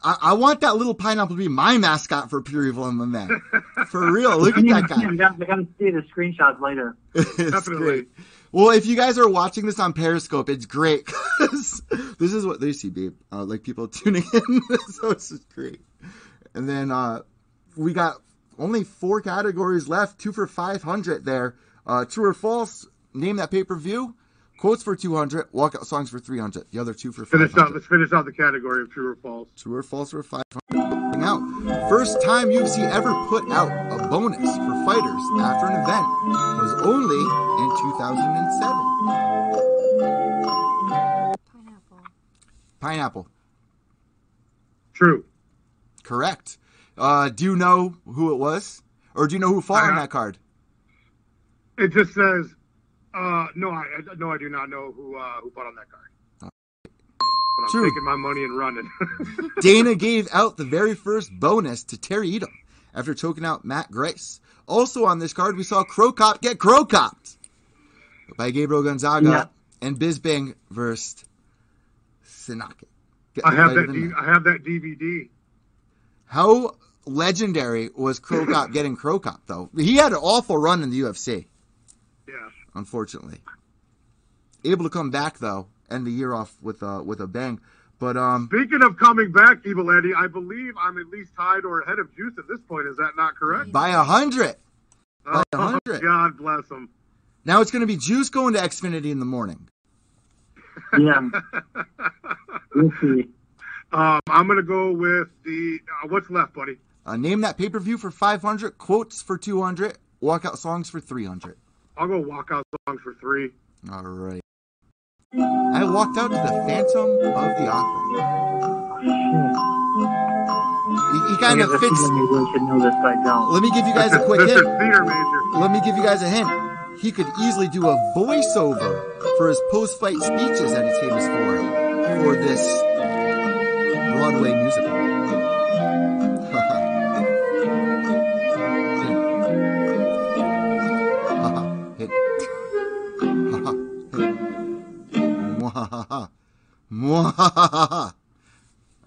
S1: I, I want that little pineapple to be my mascot for Pureville and the men. For real, look at that guy.
S3: I'm gonna see the screenshots later.
S1: It's
S2: Definitely.
S1: great. Well, if you guys are watching this on Periscope, it's great 'cause this is what they see, babe. Uh, like people tuning in, so it's just great. And then uh, we got only four categories left. Two for five hundred there. Uh, true or false? Name that pay per view. Quotes for two hundred. Walkout songs for three hundred. The other two for five
S2: Finish out.
S1: hundred.
S2: Let's finish out the category of true or false.
S1: True or false for five hundred. Now, first time UFC ever put out a bonus for fighters after an event was only in two thousand and seven.
S4: Pineapple.
S1: Pineapple.
S2: True.
S1: Correct. Uh, do you know who it was? Or do you know who fought on
S2: Uh-huh.
S1: that card?
S2: It just says. Uh, no, I I- no, I do not know who uh, who bought on that card. But I'm
S1: True.
S2: taking my money and running.
S1: Dana gave out the very first bonus to Terry Edom after choking out Matt Grace. Also on this card, we saw Crow Cop get Crow Copped by Gabriel Gonzaga
S3: Yeah.
S1: and Bisbing versus Sinaki. Get
S2: I have
S1: lighter
S2: that.
S1: than
S2: D-
S1: that.
S2: I have that DVD.
S1: How legendary was Crow Cop getting Crow Cop, though? He had an awful run in the UFC.
S2: Yeah.
S1: unfortunately. Able to come back though, end the year off with a with a bang. But um,
S2: Speaking of coming back, Evil Eddie, I believe I'm at least tied or ahead of Juice at this point. Is that not correct?
S1: by a hundred. by a
S2: Oh,
S1: hundred.
S2: God bless him.
S1: Now it's going to be Juice going to Xfinity in the morning.
S3: Yeah. We'll see.
S2: Um, I'm going to go with the uh, what's left, buddy.
S1: Uh, name that pay per view for five hundred. Quotes for two hundred. Walkout songs for three hundred.
S2: I'll go walkout songs for three.
S1: All right. I walked out to the Phantom of the Opera. He, he kind
S3: I
S1: of
S3: have a
S1: fits.
S3: feeling maybe I should know this, but I don't.
S1: Let me give you guys a quick
S2: This is
S1: hint.
S2: theater major.
S1: Let me give you guys a hint. He could easily do a voiceover for his post-fight speeches that he's famous for for this Broadway musical. Hit. Hit. Mwahaha. Mwahaha.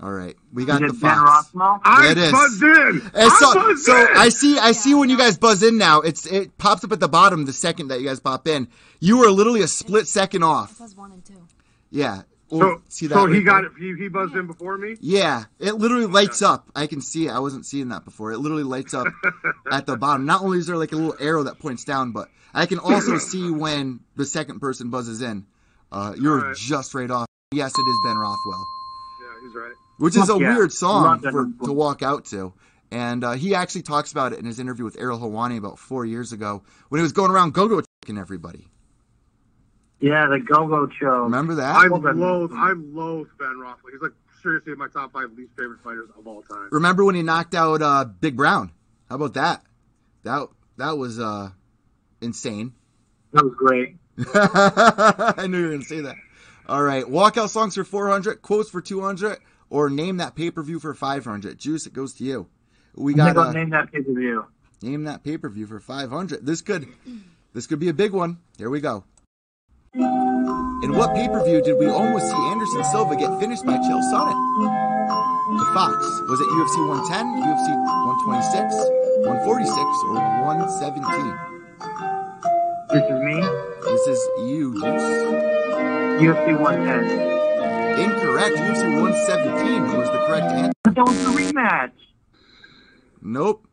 S1: All right, we got
S3: Is
S1: the
S3: it Ben
S1: fox.
S3: Rothmel?
S2: I
S1: It is.
S2: buzzed in.
S1: And
S2: I
S1: so,
S2: buzzed
S1: so
S2: in.
S1: I see, I see when you guys buzz in now, it's it pops up at the bottom the second that you guys pop in. You were literally a split second
S4: It
S1: off.
S4: says one and two.
S1: Yeah.
S2: so,
S1: We'll see that
S2: so he
S1: right
S2: got
S1: there.
S2: it. He, he buzzed in before me.
S1: Yeah, it literally lights up. I can see it. I wasn't seeing that before. It literally lights up at the bottom. Not only is there like a little arrow that points down, but I can also see when the second person buzzes in. Uh, you're
S2: All right.
S1: just right off. Yes, it is Ben Rothwell.
S2: Yeah, he's right.
S1: which is a
S3: Fuck yeah.
S1: weird song
S3: Love that
S1: for,
S3: number.
S1: to walk out to. And uh, he actually talks about it in his interview with Errol Hawani about four years ago when he was going around go-go kicking everybody.
S3: Yeah, the Go-Go Show.
S1: Remember that?
S2: I
S3: well, then-
S2: loathe. I loathe Ben Rothwell. He's like seriously my top five least favorite fighters of all time.
S1: Remember when he knocked out uh, Big Brown? How about that? That that was uh, insane.
S3: That was great.
S1: I knew you were going to say that. All right, walkout songs for 400, quotes for 200, or name that pay-per-view for 500. Juice, it goes to you. We
S3: I
S1: got
S3: think I'll
S1: uh,
S3: name that pay-per-view.
S1: name that pay-per-view for 500 this could this could be a big one here we go in what pay-per-view did we almost see anderson silva get finished by chael sonnen the fox was it ufc 110 ufc 126 146 or 117
S3: This is me, E
S1: this is you Deuce.
S3: UFC 110.
S1: incorrect ufc 117 was the correct answer
S3: But that was the rematch.
S1: Nope.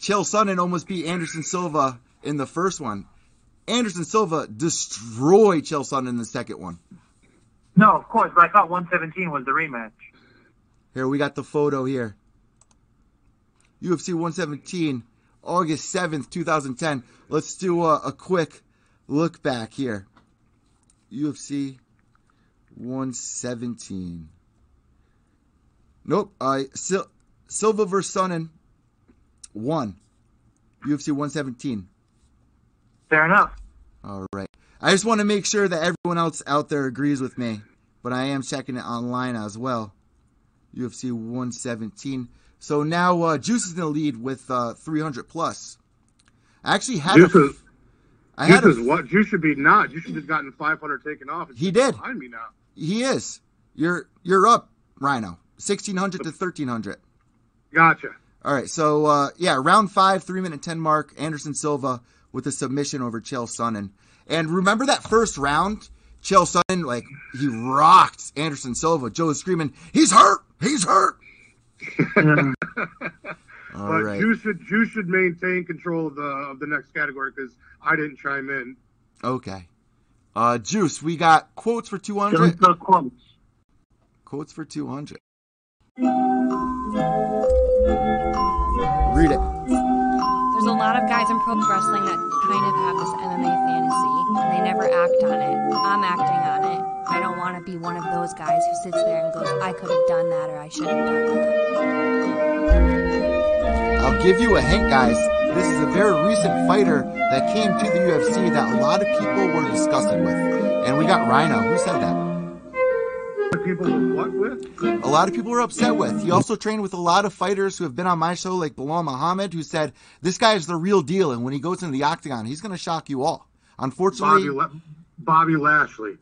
S1: Chael Sonnen almost beat Anderson Silva in the first one. Anderson Silva destroyed Chael Sonnen in the second one.
S3: No, of course, but I thought 117 was the rematch.
S1: Here we got the photo here. UFC 117, August 7th, 2010. Let's do a, a quick look back here. UFC 117. Nope. Uh, Sil- Silva versus Sonnen won. UFC 117.
S3: Fair enough.
S1: All right. I just want to make sure that everyone else out there agrees with me, but I am checking it online as well. UFC 117. So now uh, Juice is in the lead with uh, 300 plus. I actually had
S2: Juice
S1: a,
S2: is,
S1: I
S2: Juice
S1: had
S2: is
S1: a,
S2: what? You should be not. You should have gotten 500 taken off.
S1: he did.
S2: Behind me now.
S1: He is. You're you're up, Rhino. 1600 to 1300.
S2: Gotcha.
S1: All right. So uh, yeah, round five, three minute ten mark. Anderson Silva with a submission over Chael Sonnen. And remember that first round, Chael Sonnen like he rocked Anderson Silva. Joe was screaming, "He's hurt! He's hurt!"
S3: Yeah.
S1: All
S2: But
S1: right.
S2: you should you should maintain control of the of the next category because I didn't chime in.
S1: Okay. Uh, Juice, we got quotes for two
S3: Those
S1: hundred.
S3: the quotes.
S1: Quotes for two hundred. Read it.
S4: There's a lot of guys in pro wrestling that kind of have this MMA fantasy, and they never act on it. I'm acting on it. I don't want to be one of those guys who sits there and goes, I could have done that or I should have done that.
S1: I'll give you a hint, guys. This is a very recent fighter that came to the UFC that a lot of people were disgusted with. And we got Rhino. Who said that?
S2: What People were what with?
S1: A lot of people were upset with. He also trained with a lot of fighters who have been on my show, like Bilal Muhammad, who said, This guy is the real deal. And when he goes into the octagon, he's going to shock you all.
S2: Bobby
S1: Unfortunately,
S2: La- Bobby Lashley.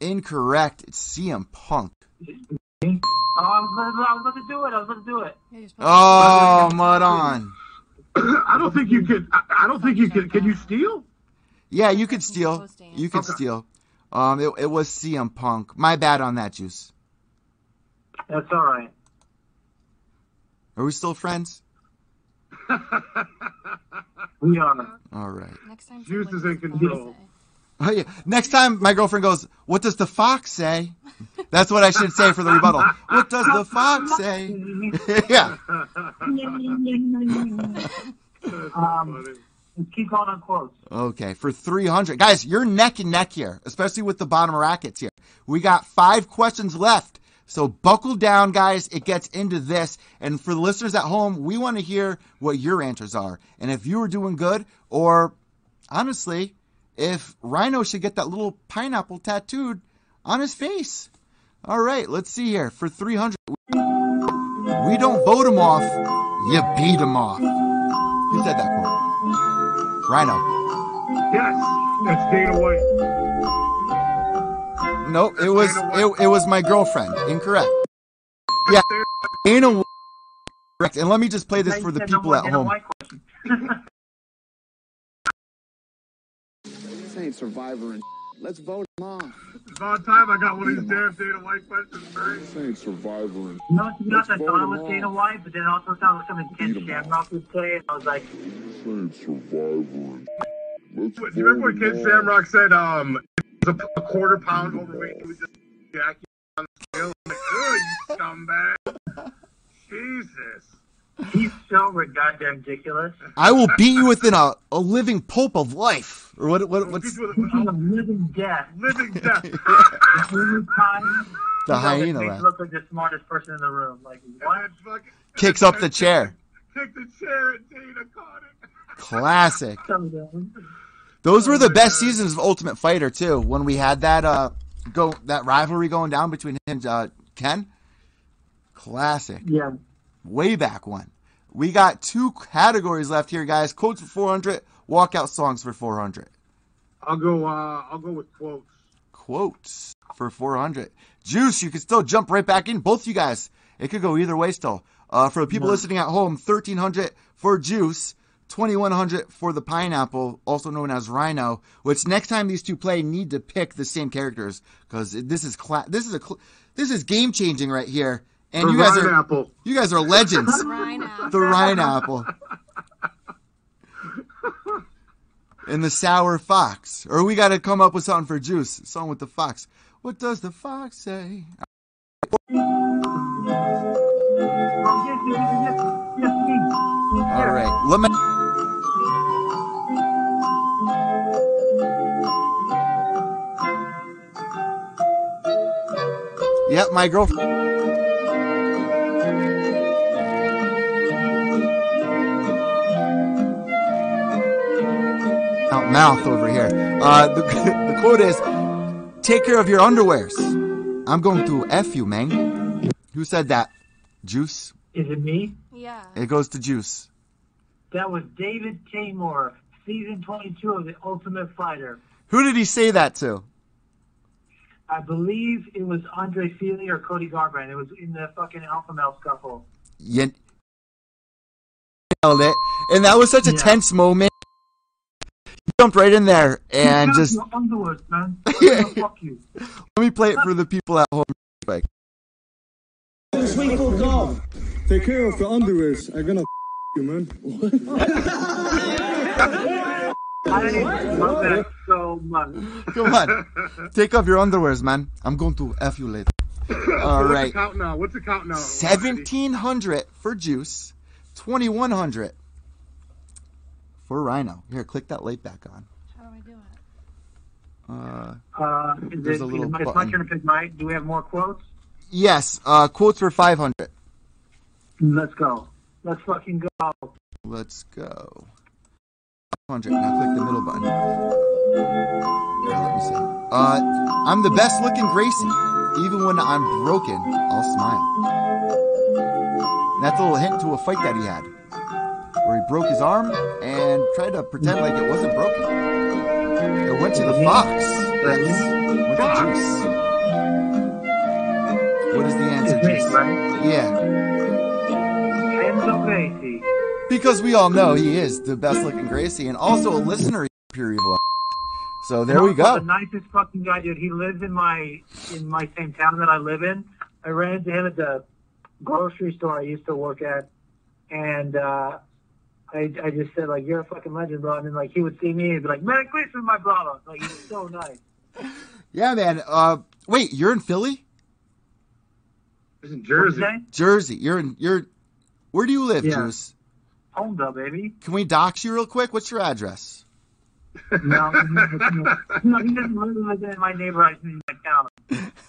S1: incorrect. It's CM Punk.
S3: Oh, I was, I was about to do it. I was about to do it.
S4: Yeah, you're supposed
S1: Oh, mud on.
S2: I don't think you can. I, I don't think you can. Can you steal?
S1: Yeah, you could steal.
S4: Posting.
S1: You could
S2: Okay.
S1: steal. Um, it, it was CM Punk. My bad on that, Juice.
S3: That's all right.
S1: Are we still friends?
S3: We are.
S1: All right.
S4: Next time.
S2: Juice
S4: someone
S2: is in
S4: gets a
S2: control.
S4: phone,
S1: Oh, yeah. Next time my girlfriend goes, What does the fox say? That's what I should say for the rebuttal. What does the fox say? yeah.
S3: um, let's keep going on quotes.
S1: Okay. For 300. Guys, you're neck and neck here, especially with the bottom rackets here. We got five questions left. So buckle down, guys. It gets into this. And for the listeners at home, we want to hear what your answers are. And if you were doing good, or honestly, if Rhino should get that little pineapple tattooed on his face. All right, let's see here. For 300, we don't vote him off, you beat him off. Who said that quote? Rhino.
S2: Yes, that's Dana White.
S1: No, it was it, it was my girlfriend. Incorrect. Yeah, Dana. White. Correct. And let me just play this for the
S3: Now you said no
S1: people
S3: more
S1: at
S3: Dana
S1: home.
S3: White question.
S6: This ain't Survivor and let's vote him off.
S2: It's about time I got one of these damn Dana White questions, right?
S6: This ain't Survivor and
S3: No, to be honest, I
S6: Let's
S3: thought it
S6: vote
S3: was
S6: him
S3: Dana
S6: off.
S3: White, but then I also thought it was something Ken
S6: Beat 'em
S3: Shamrock would say, and I was like,
S6: this ain't Survivor and let's
S2: Do you remember when Kid Shamrock said, um, it was a, a quarter pound overweight, he was just jacking on the scale? I'm like, ugh, you scumbag. Jesus.
S3: he's so goddamn ridiculous.
S1: I will beat you within a, a living pulp of life. Or what? What?
S2: What's,
S1: What's
S2: with,
S3: He's a
S2: a
S3: living death.
S2: living death.
S3: Every time
S1: the
S3: you know,
S1: hyena?
S3: this makes
S1: Right?
S3: you look like the smartest person in the room. Like, what?
S2: And fucking-
S1: Kicks up the chair.
S2: Kicked the chair and Dana caught it.
S1: Classic.
S3: Come down.
S1: Those were the
S2: my
S1: best
S2: God.
S1: seasons of Ultimate Fighter too. When we had that uh go that rivalry going down between him and uh, Ken. Classic.
S3: Yeah.
S1: Way back when. We got two categories left here, guys. Quotes for 400, walkout songs for 400.
S2: I'll go, uh, I'll go with quotes.
S1: Quotes for 400. Juice, you can still jump right back in. Both you guys. It could go either way still. Uh, for the people listening at home, 1300 for Juice, 2100 for the Pineapple, also known as Rhino, which next time these two play need to pick the same characters because this is cla- this is a cl- this is game changing right here. And
S2: The
S1: you guys
S2: Rhine
S1: are
S2: apple.
S1: you guys are legends.
S4: Rhino.
S1: the Rhino and the sour fox. Or we got to come up with something for Juice. Song with the fox. What does the fox say?
S3: Yes, yes, yes, yes, yes, me.
S1: All right. Let me. Yep, my girlfriend. Out mouth over here. Uh, the, the quote is, "Take care of your underwears." I'm going to f you, man. Who said that? Juice.
S3: Is it me?
S4: Yeah.
S1: It goes to Juice.
S3: That was David Tamor, season 22 of The Ultimate Fighter.
S1: Who did he say that to?
S3: I believe it was Andre Feely or Cody Garbrandt. It was in the fucking Alpha Male scuffle.
S1: you nailed it. And that was such a
S3: Yeah.
S1: tense moment. You jumped right in there and
S3: Get out
S1: just
S3: your underwears, man. I'm gonna fuck you.
S1: let me play it for the people at home. Like,
S7: Take care of your underwears. I'm gonna you, man.
S3: I love that so much.
S1: come on, take off your underwears, man. I'm going to f you later. All
S2: What's
S1: right,
S2: the count now? What's the count now?
S1: seventeen hundred for Juice, twenty one hundred for Rhino. Here, click that light back on.
S4: How do I do it?
S3: Uh, is
S1: There's
S3: it,
S1: a little
S3: is my, it's my
S1: button.
S3: turn to pick my, do we have more quotes?
S1: Yes, uh, quotes for five hundred.
S3: Let's go. Let's fucking go.
S1: Let's go. 100. Now click the middle button. Here, let me see. Uh, I'm the best looking Gracie. Even when I'm broken, I'll smile. And that's a little hint to a fight that he had, where he broke his arm and tried to pretend like it wasn't broken. It went to the fox. Yes. Went to Juice. What is the answer,
S3: It's me,
S1: Juice?
S3: right?
S1: Yeah,
S3: Enzo Gracie.
S1: because we all know he is the best looking Gracie and also a listener. Pure evil. So there we go.
S3: Marco, The nicest fucking guy, dude. He lives in my in my same town that I live in. I ran into him at the grocery store I used to work at, and uh, I I just said like, "You're a fucking legend, bro." And then like he would see me and be like, "Merry Christmas, my brother." Like he's so nice.
S1: Yeah, man. Uh, wait, you're in Philly,
S2: It's in Jersey.
S3: Okay?
S1: Jersey. You're in you're. Where do you live,
S3: Yeah.
S1: Juice?
S3: Home though, baby.
S1: Can we dox you real quick? What's your address?
S3: No, no, he doesn't live in my neighborhood. He's in my town.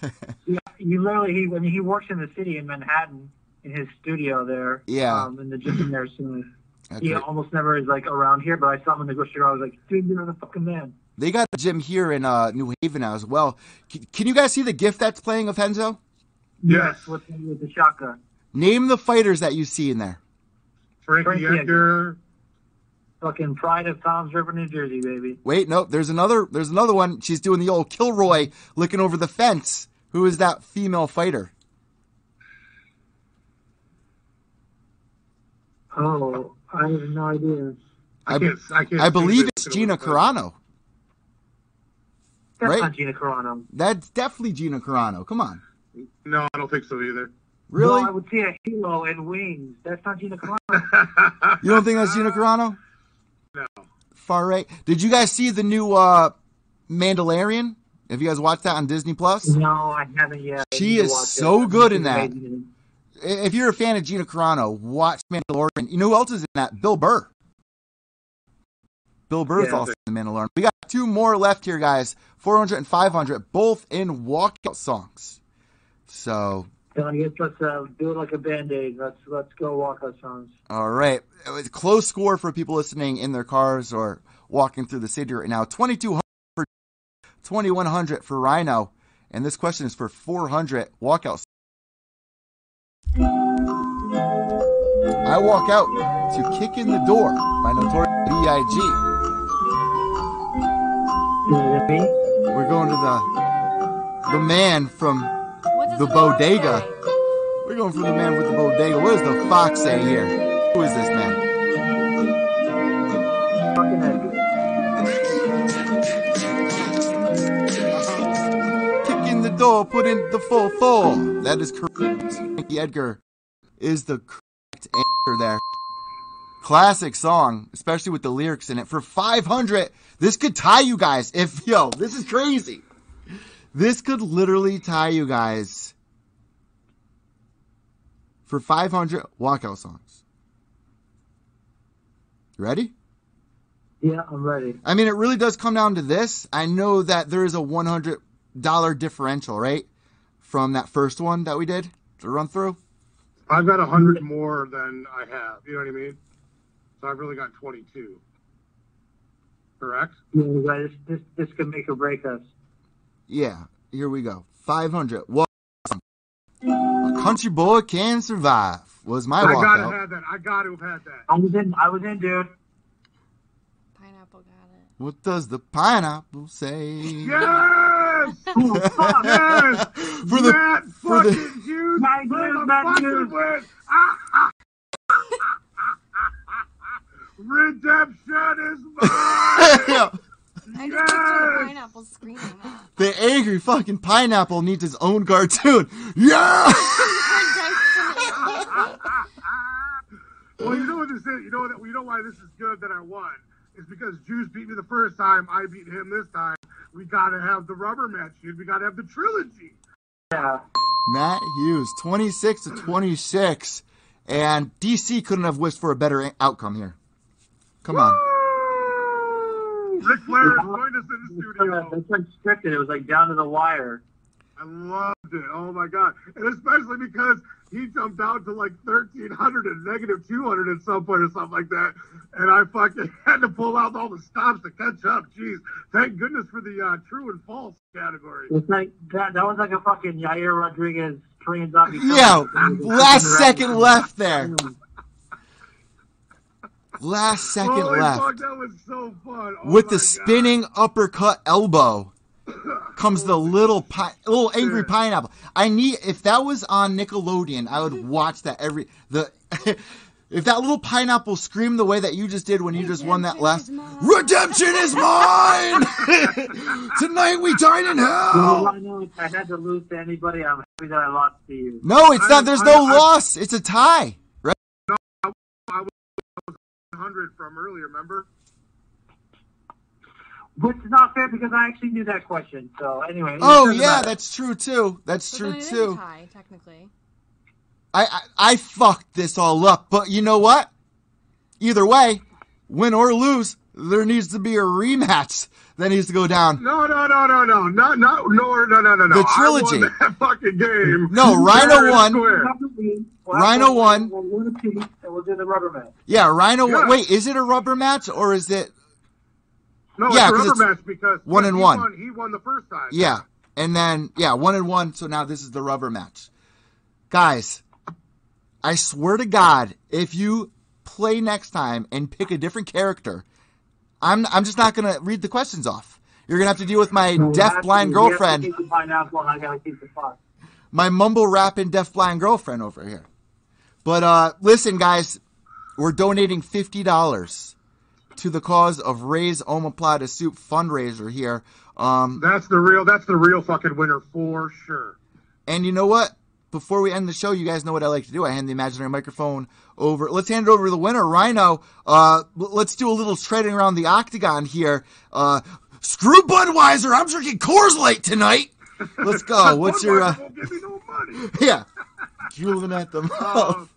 S3: Yeah, he literally he I mean, he works in the city in Manhattan in his studio there.
S1: Yeah.
S3: Um, in the gym there soon.
S1: Okay.
S3: He almost never is like around here, but I saw him in the grocery store. I was like, dude, you're the fucking man.
S1: They got a gym here in uh, New Haven now as well. C- can you guys see the gif that's playing of Henzo?
S2: Yes.
S3: With, with the shotgun.
S1: Name the fighters that you see in there.
S2: Frankie
S3: Frankie
S2: Edgar.
S3: Fucking pride of Tom's River, New Jersey, baby.
S1: Wait, no, there's another. There's another one. She's doing the old Kilroy, looking over the fence. Who is that female fighter?
S3: Oh, I have no idea.
S1: I-
S2: I can't. I can't.
S1: I believe
S2: think
S1: it's
S2: of it.
S1: Gina Carano.
S3: That's
S1: Right.
S3: not Gina Carano.
S1: That's definitely Gina Carano. Come on,
S2: No, I don't think so either.
S1: really?
S3: No, I would see a halo and wings. That's not Gina Carano.
S1: You don't think that's Gina Carano?
S2: No.
S1: Far right. Did you guys see the new uh, Mandalorian? Have you guys watched that on Disney Plus?
S3: No, I haven't yet. I
S1: She
S3: need to
S1: is
S3: watch
S1: so
S3: it.
S1: good in
S3: She's
S1: that.
S3: amazing.
S1: If you're a fan of Gina Carano, watch Mandalorian. You know who else is in that? Bill Burr. Bill Burr is
S3: Yeah.
S1: also in the Mandalorian. We got two more left here, guys. 400 and 500, both in walkout songs. So
S3: So I guess let's uh, do it like a band aid. Let's let's go walk our songs.
S1: All right. It was a close score for people listening in their cars or walking through the city right now. 2200 for 2100 for Rhino. And this question is for 400 walkouts. I walk out to kick in the door by Notorious B.I.G.
S3: Is it me?
S1: We're going to the the man from
S4: What does
S1: The
S4: Lord
S1: bodega.
S4: say?
S1: we're going for the man with the bodega. What does the fox say here? Who is this man?
S3: Fucking Edgar.
S1: Kick in the door, put in the full four. That is correct. Frankie Edgar is the correct answer there. Classic song, especially with the lyrics in it. For 500, this could tie you guys. If yo, this is crazy. This could literally tie you guys for 500 walkout songs. You ready?
S3: Yeah, I'm ready.
S1: I mean, it really does come down to this. I know that there is a $100 differential, right? From that first one that we did to run through.
S2: I've got a hundred more than I have. You know what I mean? So I've really got twenty-two. Correct.
S3: Yeah, you guys, this this could make or break us.
S1: Yeah, here we go. 500. Well, a country boy can survive was my
S2: I, gotta
S1: walkout.
S2: have that. I gotta have had that.
S3: I was in. I was in, dude.
S4: Pineapple got it.
S1: What does the pineapple say?
S2: Yes.
S3: Ooh, fuck.
S2: Yes.
S1: For the-
S2: Matt
S1: for the-
S2: fucking Hughes.
S3: My
S2: for
S3: dude,
S2: the
S3: my
S2: fucking
S3: dude.
S2: win. Ah, ah, ah, ah, ah, ah. Redemption is mine.
S4: I just picture
S2: Yes!
S4: a pineapple screaming. that.
S1: the angry fucking pineapple needs its own cartoon. Yeah!
S4: Redemption.
S2: well, you know what this is. You know that you know why this is good that I won. It's because Juice beat me the first time. I beat him this time. We gotta have the rubber match, dude. We gotta have the trilogy.
S3: Yeah.
S1: Matt Hughes, 26 to 26. And DC couldn't have wished for a better outcome here. Come on.
S2: Ric Flair has joined us in the studio.
S3: That's like scripted. It was like down to the wire.
S2: I loved it. Oh my god! And especially because he jumped out to like thirteen hundred and negative two hundred at some point or something like that, and I fucking had to pull out all the stops to catch up. Jeez, thank goodness for the uh, true and false category.
S3: It's like that. That was like a fucking Yair Rodriguez trains off.
S1: Yeah, last second left there. Last second
S2: Holy
S1: left.
S2: fuck, that was so fun. Oh
S1: With
S2: my
S1: the
S2: God.
S1: spinning uppercut elbow comes the little pi- little angry pineapple. I need if that was on Nickelodeon, I would watch that every the If that little pineapple screamed the way that you just did when you just won that last, redemption is mine. Tonight we dine in
S3: Well,
S1: hell.
S3: I know if I had to lose to anybody, I'm happy that I lost to you.
S1: No, it's not. There's no
S2: I- I-
S1: loss. It's a tie. Right?
S2: 100 from earlier, remember?
S3: Which is not fair because I actually knew that question. So anyway. it
S1: Oh
S3: doesn't
S1: yeah,
S3: matter.
S1: that's true too. That's
S4: But
S1: true
S4: then it is a
S1: too.
S4: tie, technically.
S1: I, I I fucked this all up, but you know what? Either way, win or lose, there needs to be a rematch that needs to go down.
S2: No, no, no, no, no, no, no, no, no, no, no, no.
S1: The
S2: I
S1: trilogy.
S2: won that fucking game.
S1: No, Rhino
S2: Fair and
S1: won.
S2: square.
S3: Rubber band. We'll
S1: Rhino
S3: have to-
S1: won.
S3: We'll do the piece and we'll do the rubber match.
S1: Yeah, Rhino.
S2: Yeah.
S1: Wait, is it a rubber match or is it?
S2: No,
S1: Yeah,
S2: it's a
S1: 'cause
S2: rubber
S1: it's
S2: match because
S1: one
S2: yeah,
S1: and
S2: he
S1: one.
S2: Won, he won the first time.
S1: Yeah, and then yeah, one and one. So now this is the rubber match, guys. I swear to God, if you play next time and pick a different character, I'm I'm just not gonna read the questions off. You're gonna have to deal with my
S3: We'll have
S1: deaf
S3: to-
S1: blind
S3: we have to
S1: girlfriend.
S3: keep the pineapple and I gotta keep the fox.
S1: my mumble rapping deaf blind girlfriend over here. But uh, listen, guys, we're donating fifty dollars to the cause of Raise Omoplata Soup fundraiser here. Um,
S2: That's the real. That's the real fucking winner for sure.
S1: and you know what? Before we end the show, you guys know what I like to do. I hand the imaginary microphone over. Let's hand it over to the winner, Rhino. Uh, l- let's do a little treading around the octagon here. Uh, screw Budweiser. I'm drinking Coors Light tonight. Let's go. What's your uh,
S2: Budweiser won't give me no money.
S1: yeah? Drooling at the mouth.
S2: Um,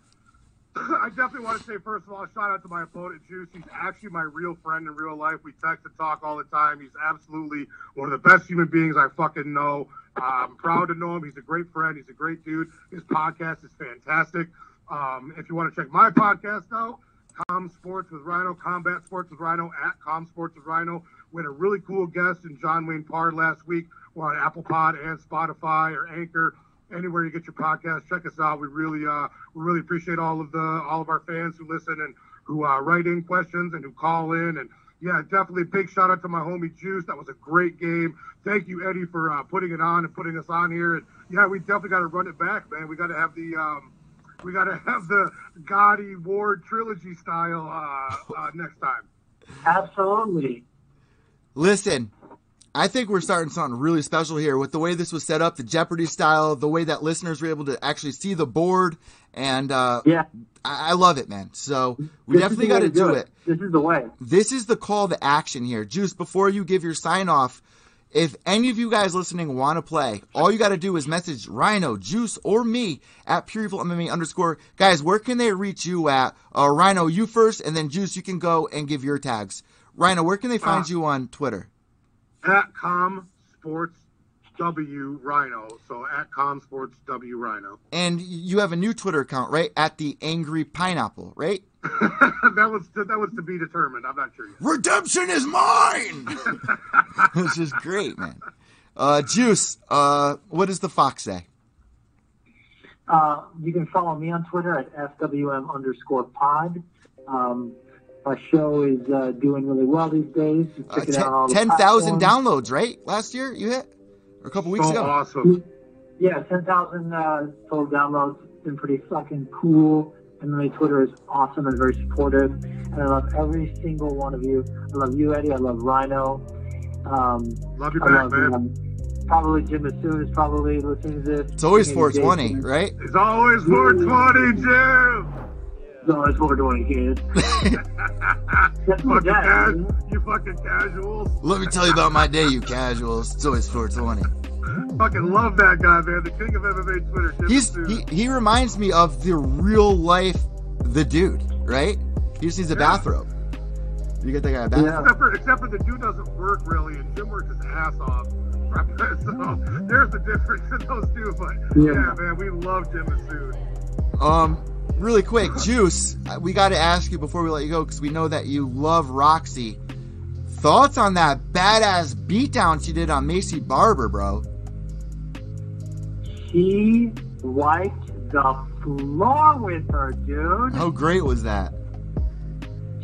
S2: I definitely want to say first of all, shout out to my opponent Juice. He's actually my real friend in real life. We text and talk all the time. He's absolutely one of the best human beings I fucking know. Uh, I'm proud to know him. He's a great friend. He's a great dude. His podcast is fantastic. Um, if you want to check my podcast out, Com Sports with Rhino, Combat Sports with Rhino, at Com Sports with Rhino. We had a really cool guest in John Wayne Pard last week. We're on Apple Pod and Spotify or Anchor, anywhere you get your podcast. Check us out. We really, uh, we really appreciate all of the all of our fans who listen and who uh, write in questions and who call in. And yeah, definitely big shout out to my homie Juice. That was a great game. Thank you, Eddie, for uh, putting it on and putting us on here. And yeah, we definitely got to run it back, man. We got to have the. Um, we got to have the Gotti Ward trilogy style uh, uh, next time.
S3: Absolutely.
S1: Listen, I think we're starting something really special here with the way this was set up, the Jeopardy style, the way that listeners were able to actually see the board, and uh,
S3: Yeah.
S1: I-, I love it, man. So we
S3: This is
S1: definitely
S3: the way
S1: got to do it.
S3: This is the way.
S1: This is the call to action here, Juice. Before you give your sign off, if any of you guys listening want to play, all you got to do is message Rhino, Juice, or me at Pureful MMA E underscore. Guys, where can they reach you at? Uh, Rhino, you first, and then Juice, you can go and give your tags. Rhino, where can they find
S2: Uh,
S1: you on Twitter?
S2: At Com Sports W Rhino. So at Com Sports W Rhino.
S1: and you have a new Twitter account, right? At the Angry Pineapple, right?
S2: that was to, that was to be determined. I'm not sure yet.
S1: Redemption is mine. Which is great, man. Uh, Juice, uh, what does the fox say?
S3: Uh, you can follow me on Twitter at FWM underscore pod. Um, my show is uh, doing really well these days. You
S1: Uh,
S3: check it out on all the
S1: ten thousand
S3: platforms.
S1: downloads, right? Last year you hit, or a couple weeks
S2: So
S1: ago.
S2: awesome.
S3: Yeah, 10,000 uh, total downloads. It's been pretty fucking cool. And my Twitter is awesome and very supportive. And I love every single one of you. I love you, Eddie. I love Rhino. Um,
S2: Love you
S3: I
S2: back,
S3: love
S2: man.
S3: um, probably Jim Masood is probably listening to this.
S1: It's always
S3: Maybe
S1: four twenty,
S3: Jason.
S1: right?
S2: It's always 420, Jim.
S3: No, it's 420, kid. That's my
S2: Fucking
S3: dad.
S2: cas-
S3: you know?
S2: you fucking casuals.
S1: Let me tell you about my day, you casuals. It's always four twenty.
S2: Fucking love that guy, man. The king of MMA Twitter. Jim
S1: He's
S2: Masood.
S1: he, he reminds me of the real life, the dude, right? He just needs a bathrobe. You get that guy a bathrobe.
S3: Yeah.
S2: Except for, except for the dude doesn't work really, and Jim works his ass off. so there's the difference in those two. But yeah,
S3: Yeah.
S2: man, we love Jim Masood.
S1: Um, really quick, Juice, uh, we got to ask you before we let you go because we know that you love Roxy. Thoughts on that badass beatdown she did on Macy Barber, bro?
S3: He wiped the floor with her, dude.
S1: How great was that?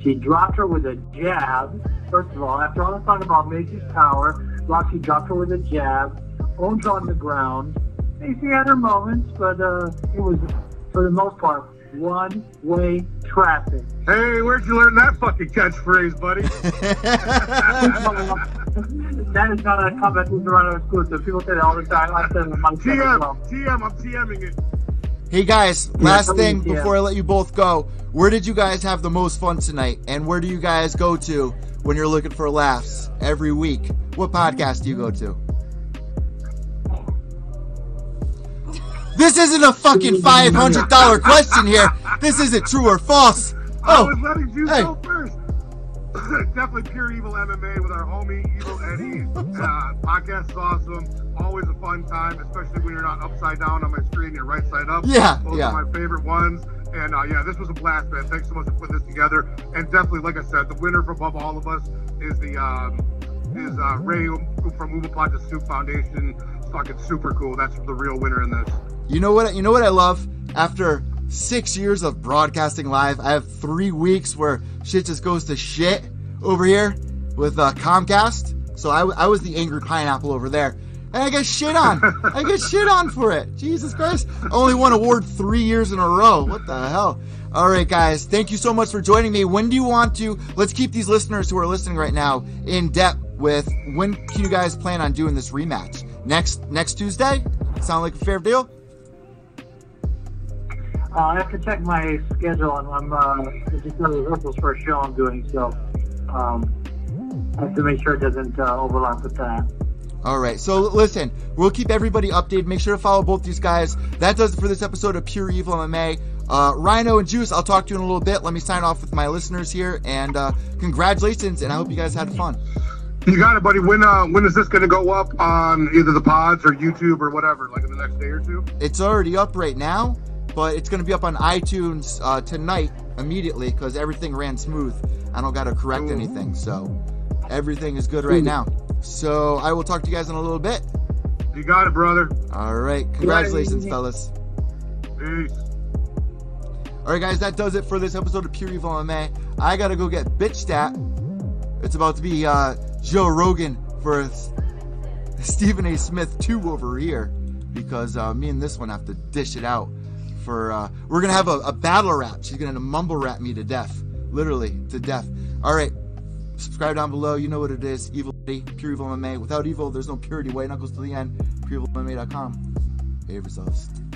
S3: She dropped her with a jab. First of all, after all the talk about Macy's power, Roxy dropped her with a jab, owned her on the ground. Macy had her moments, but uh, it was, for the most part, one-way traffic.
S2: Hey, where'd you learn that fucking catchphrase, buddy?
S3: that is not a comment in Toronto exclusive. People say that all the time. I said it myself as
S2: TM,
S3: well.
S2: TM, I'm TMing it.
S1: Hey guys, last thing
S3: yeah.
S1: before I let you both go, where did you guys have the most fun tonight? And where do you guys go to when you're looking for laughs every week? What podcast do you go to? This isn't a fucking five hundred dollar question here. This isn't true or false.
S2: I
S1: Oh,
S2: was letting you
S1: hey.
S2: go first. Definitely pure evil MMA with our homie Evil Eddie. Uh, podcast is awesome. Always a fun time, especially when you're not upside down on my screen. You're right side up.
S1: Yeah,
S2: Those
S1: yeah.
S2: are my favorite ones. And uh, yeah, this was a blast, man. Thanks so much for putting this together. And definitely, like I said, the winner from above all of us is the um, is uh, Ray from Umapod to Soup Foundation. Fucking super cool. That's the real winner in this.
S1: You know what? You know what I love. After six years of broadcasting live, I have three weeks where shit just goes to shit over here with uh, Comcast. So I, w- I was the angry pineapple over there, and I get shit on. I get shit on for it. Jesus Christ! I only won award three years in a row. What the hell? All right, guys. Thank you so much for joining me. When do you want to? Let's keep these listeners who are listening right now in depth with when can you guys plan on doing this rematch next next Tuesday? Sound like a fair deal?
S3: Uh, I have to check my schedule, and I'm uh, I just got rehearsals for a show I'm doing, so um, I have to make sure it doesn't uh, overlap with that.
S1: All right. So l- listen, we'll keep everybody updated. Make sure to follow both these guys. That does it for this episode of Pure Evil MMA. Uh, Rhino and Juice, I'll talk to you in a little bit. Let me sign off with my listeners here, and uh, congratulations, and I hope you guys had fun.
S2: You got it, buddy. When uh, when is this going to go up on either the pods or YouTube or whatever? Like in the next day or two?
S1: It's already up right now, but it's going to be up on iTunes uh, tonight immediately because everything ran smooth. I don't got to correct anything, so everything is good right now. So I will talk to you guys in a little bit.
S2: You got it, brother.
S1: All right. Congratulations, fellas.
S2: Peace.
S1: All right, guys, that does it for this episode of Pure Evil MMA. I gotta go get bitched at. It's about to be uh, Joe Rogan versus Stephen A. Smith two over here because uh, me and this one have to dish it out. For uh, we're gonna have a, a battle rap. She's gonna mumble rap me to death, literally to death. All right, subscribe down below. You know what it is. Evil, Daddy, Pure Evil MMA. Without evil, there's no purity. White knuckles to the end. PureEvilMMA.com. Behave yourselves.